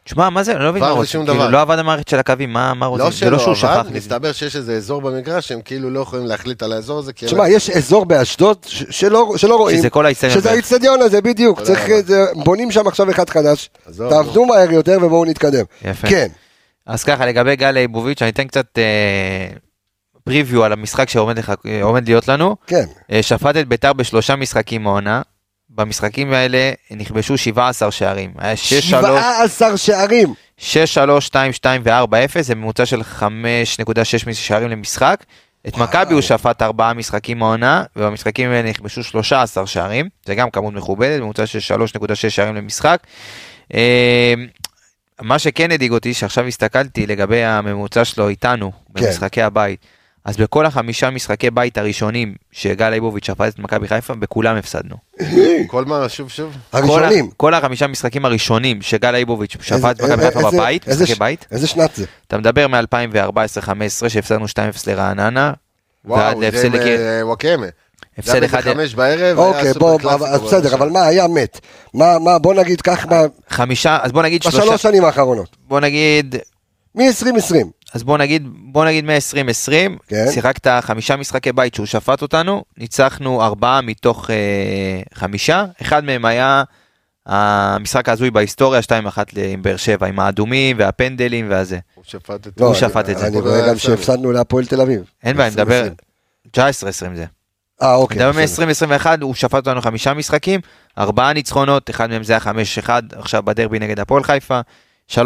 S2: תשמע, מה זה? אני לא מבין
S5: עבר
S2: מה
S5: זה
S2: רוצים.
S5: שום
S2: כאילו,
S5: דבר.
S2: לא עבד המערכת של הקווים, מה מה רוצים?
S5: לא
S2: זה לא
S5: שלא
S2: שהוא
S5: עבד,
S2: שכח מזה.
S5: מסתבר שיש איזה אזור במגרש שהם כאילו לא יכולים להחליט על האזור הזה. כי-
S1: תשמע, יש אזור באשדוד ש- שלא שלא רואים,
S2: שזה כל האיצטדיון.
S1: שזה האיצטדיון הזה, בדיוק,
S5: תודה
S1: צריך,
S5: רבה.
S1: זה- בונים שם עכשיו אחד חדש,
S5: עזוב,
S1: תעבדו מהר יותר ובואו נתקדם.
S2: יפה.
S1: כן,
S2: אז ככה, לגבי גל ליבוביץ', אני אתן קצת פריוויו על המשחק שעומד לך- אה, עומד להיות לנו.
S1: כן,
S2: אה, שפט את ביתר בשלושה משחקים העונה. במשחקים האלה נכבשו 17 שערים. היה 6 3
S1: 17 שערים.
S2: 6, 3, 2, 2 ו-4-0, זה ממוצע של 5.6 שערים למשחק. את מכבי הוא שפט ארבעה משחקים העונה, ובמשחקים האלה נכבשו 13 שערים, זה גם כמות מכובדת, ממוצע של 3.6 שערים למשחק. אה, מה שכן הדאיג אותי, שעכשיו הסתכלתי לגבי הממוצע שלו איתנו,
S1: כן.
S2: במשחקי הבית, אז בכל החמישה משחקי בית הראשונים שגל ליבוביץ' שפט את מכבי חיפה, בכולם הפסדנו.
S5: כל מה, שוב, שוב.
S1: הראשונים.
S2: כל, ה- כל החמישה משחקים הראשונים שגל ליבוביץ'
S1: איזה-
S2: שפט את מכבי
S1: איזה-
S2: חיפה
S1: איזה-
S2: בבית,
S1: איזה
S2: משחקי
S1: ש-
S2: בית,
S1: איזה שנת זה?
S2: אתה מדבר מ-2014-2015 שהפסדנו 2-0 לרעננה, ועד
S5: וואו, זה
S2: להפסד
S5: עם
S2: לקריית
S5: אה, וואקמה.
S2: הפסד
S5: גם
S2: אחד...
S5: איזה חמש בערב, היה
S1: אוקיי, בוא,
S5: סופר
S1: אבל-
S5: קלאסיקו
S1: בסדר,
S5: בראשון.
S1: אבל מה, היה מת. מה, מה, בוא נגיד כך, מה-
S2: חמישה, אז בוא נגיד
S1: בשלוש
S2: אה, שלושה...
S1: שנים האחרונות.
S2: בוא נגיד...
S1: מ-2020.
S2: אז בוא נגיד, בוא נגיד מ-2020,
S1: כן.
S2: שיחקת חמישה משחקי בית שהוא שפט אותנו, ניצחנו ארבעה מתוך אה, חמישה, אחד מהם היה המשחק ההזוי בהיסטוריה, 2-1 ל- עם באר שבע, עם האדומים והפנדלים והזה.
S5: הוא שפט את
S1: לא,
S2: הוא
S1: אני-
S2: שפט את זה.
S1: אני רואה גם שהפסדנו להפועל תל אביב.
S2: אין בעיה, אני מדבר...
S1: 2020.
S2: 19-20 זה.
S1: אה, אוקיי.
S2: מדבר
S1: בסדר.
S2: מ-2021, הוא שפט אותנו חמישה משחקים, ארבעה ניצחונות, אחד מהם זה היה 5-1 עכשיו בדרבי נגד הפועל חיפה, 3-1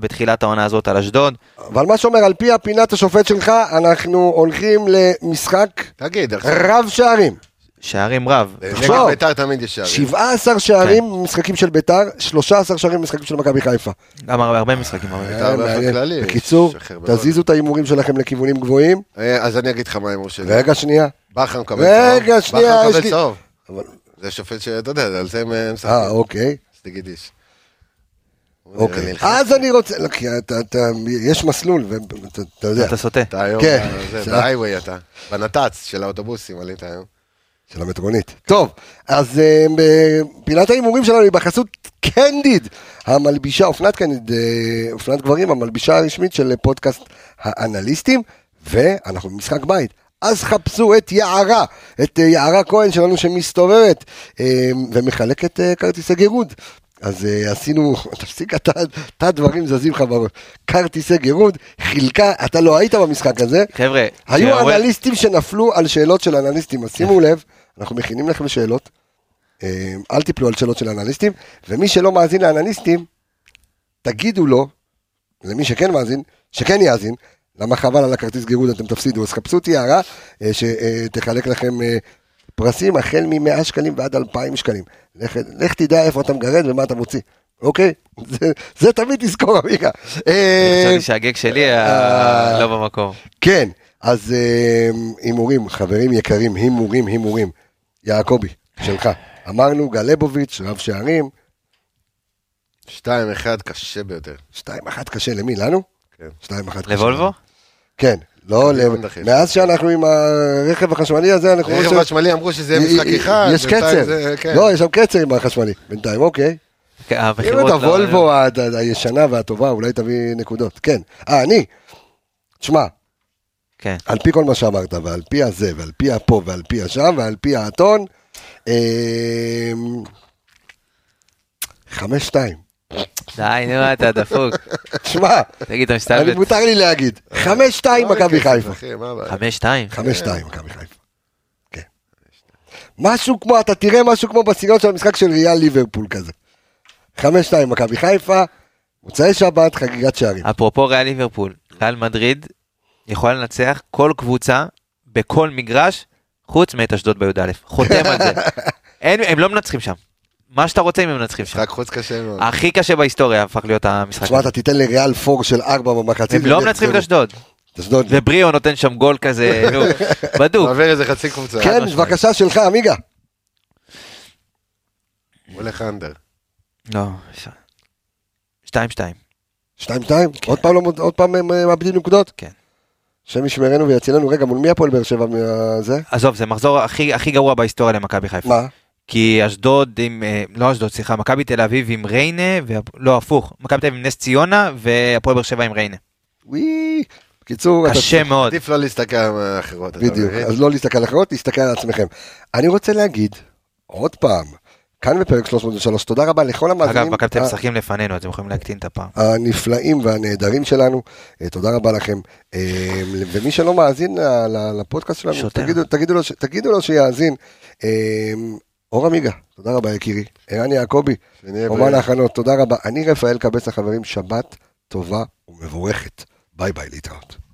S2: בתחילת העונה הזאת על אשדוד.
S1: אבל מה שאומר, על פי הפינת השופט שלך, אנחנו הולכים למשחק
S5: תגיד, עכשיו,
S1: רב שערים.
S2: שערים רב.
S5: נגד
S1: תחשוב.
S5: ביתר תמיד יש שערים.
S1: 17 שערים ממשחקים של ביתר, 13 שערים ממשחקים של מכבי חיפה.
S2: גם הרבה הרבה משחקים. אבל-
S5: ביתר באופן
S1: מעניין.
S5: כללי,
S1: בקיצור,
S5: שחרר בגול.
S1: תזיזו את ההימורים שלכם לכיוונים גבוהים.
S5: אה, אז אני אגיד לך מה ההימור שלי.
S1: רגע, שנייה.
S5: בכר מקבל צהוב.
S1: רגע, שנייה,
S5: בכר
S1: יש
S5: מקבל
S1: לי-
S5: צהוב.
S1: אבל-
S5: זה שופט שאתה יודע, על זה הם אה, משחקים.
S1: אה, אוקיי.
S5: אז תגיד איש. אה,
S1: אוקיי. אז אני רוצה, לא, כי אתה, אתה, יש מסלול, ואתה אה, אתה יודע,
S2: אתה סוטה.
S5: אתה היום,
S1: כן.
S5: אה, זה,
S1: בסדר.
S5: בהיי-ווי אתה. בנת"צ של האוטובוסים עלית היום.
S1: של המטרונית. טוב, אז אה, ב- פינת ההימורים שלנו היא בחסות קנדיד, המלבישה, אופנת קנדיד, אה, אופנת גברים, המלבישה הרשמית של פודקאסט האנליסטים, ואנחנו במשחק בית. אז חפשו את יערה, את אה, יערה כהן שלנו שמסתובבת אה, ומחלקת אה, כרטיסי גירוד. אז אה, עשינו, תפסיק, אתה אתה דברים זזים לך בראש. כרטיסי גירוד, חילקה, אתה לא היית במשחק הזה.
S2: חבר'ה,
S1: היו
S2: כשאוראל-
S1: אנליסטים שנפלו על שאלות של אנליסטים, אז שימו לב, אנחנו מכינים לכם שאלות, אה, אל תיפלו על שאלות של אנליסטים, ומי שלא מאזין לאנליסטים, תגידו לו, למי שכן מאזין, שכן יאזין, למה חבל על הכרטיס גירוד אתם תפסידו, אז חפשו אותי הערה אה, שתחלק לכם אה, פרסים החל מ-100 שקלים ועד 2,000 שקלים. לך, לך תדע איפה אתה מגרד ומה אתה מוציא, אוקיי? זה, זה תמיד תזכור, עמיגה. אה,
S2: חשבתי שהגג שלי
S1: אה,
S2: אה, לא במקום.
S1: כן, אז אה, הימורים, חברים יקרים, הימורים, הימורים. יעקבי, שלך. אמרנו, גלבוביץ', רב שערים,
S5: 2-1 קשה ביותר.
S1: 2-1 קשה למי? לנו?
S5: כן.
S1: 2-1 קשה.
S2: לוולבו?
S1: כן, לא,
S5: קדימה,
S1: ל-
S5: דחי.
S1: מאז שאנחנו עם הרכב החשמלי הזה, אנחנו רואים
S5: רכב חשמלי אמרו שזה יהיה משחק אחד.
S1: אה, יש
S5: בינתיים
S1: קצר.
S5: זה- כן.
S1: לא, יש שם קצר עם החשמלי. בינתיים, אוקיי.
S2: כן,
S1: אם
S2: המכירות
S1: את
S2: לא-
S1: הוולבו ה- ה- הישנה והטובה, אולי תביא נקודות. כן. אה, אני. תשמע,
S2: כן.
S1: על פי כל מה שאמרת, ועל פי הזה, ועל פי הפה, ועל פי השם, ועל פי האתון, אמ, חמש-שתיים.
S2: די, נו, אתה דפוק.
S1: שמע,
S2: תגיד, אתה אה,
S1: אני-
S2: מסתלבט.
S1: מותר לי להגיד, חמש-שתיים
S5: לא
S1: מכבי
S5: בכסף,
S1: חיפה.
S5: אחי, מה הבעיה?
S2: חמש, שתיים.
S1: חמש-שתיים מכבי חיפה. כן. משהו כמו, אתה תראה משהו כמו בסגנון של המשחק של ריאל ליברפול כזה. חמש-שתיים מכבי חיפה, מוצאי שבת, חגיגת שערים.
S2: אפרופו ריאל ליברפול, ריאל מדריד יכולה לנצח כל קבוצה בכל מגרש, חוץ מאת אשדוד בי"א. חותם על זה. אין, הם לא מנצחים שם. מה שאתה רוצה אם הם מנצחים שם.
S5: משחק חוץ קשה מאוד.
S1: אה,
S2: הכי קשה בהיסטוריה הפך להיות המשחק.
S1: תשמע, אתה תיתן לריאל פור של ארבע במחצית.
S2: אה, הם לא מנצחים את
S1: כאילו.
S2: אשדוד.
S1: אשדוד.
S2: ובריאו נותן שם גול כזה, נו, בדוק.
S5: מעביר איזה חצי קבוצה.
S1: כן,
S2: משמעית.
S1: בבקשה שלך, עמיגה.
S5: הולך אנדר.
S2: לא, אפשר. שתיים, שתיים.
S1: שתיים שתיים? עוד פעם לא- עוד פעם הם אה, מאבדים נקודות?
S2: כן.
S1: השם ישמרנו ויצילנו. רגע, מול מי הפועל באר שבע מה- זה?
S2: עזוב, זה מחזור הכי הכי גרוע בהיסטוריה למכבי חיפה.
S1: מה?
S2: כי אשדוד עם, אה, לא אשדוד, סליחה, מכבי תל אביב עם ריינה, והפ- לא, הפוך, מכבי תל אביב עם נס ציונה, והפועל באר שבע עם ריינה.
S1: וואי. בקיצור, אתה-
S2: קשה מאוד.
S5: עדיף לא להסתכל על האחרות. אתה
S1: בדיוק.
S5: מבין?
S1: אז לא להסתכל על אחרות, להסתכל על עצמכם. אני רוצה להגיד, עוד פעם, כאן בפרק 303, תודה רבה לכל המאזינים.
S2: אגב, מכבי תל
S1: ה-
S2: אביב משחקים לפנינו, אז הם יכולים להקטין את הפער.
S1: הנפלאים והנהדרים שלנו, אה, תודה רבה לכם. אה, ומי שלא מאזין ל- ל- לפודקאסט שלנו,
S2: שוטר.
S1: תגידו, תגידו, לו, ש- תגידו לו שיאזין. אה, אור עמיגה, תודה רבה יקירי. ערן יעקבי,
S5: שנהיה
S1: אומן
S5: בריאים.
S1: ההכנות, תודה רבה. אני רפאל קבץ החברים, שבת טובה ומבורכת. ביי ביי, להתראות.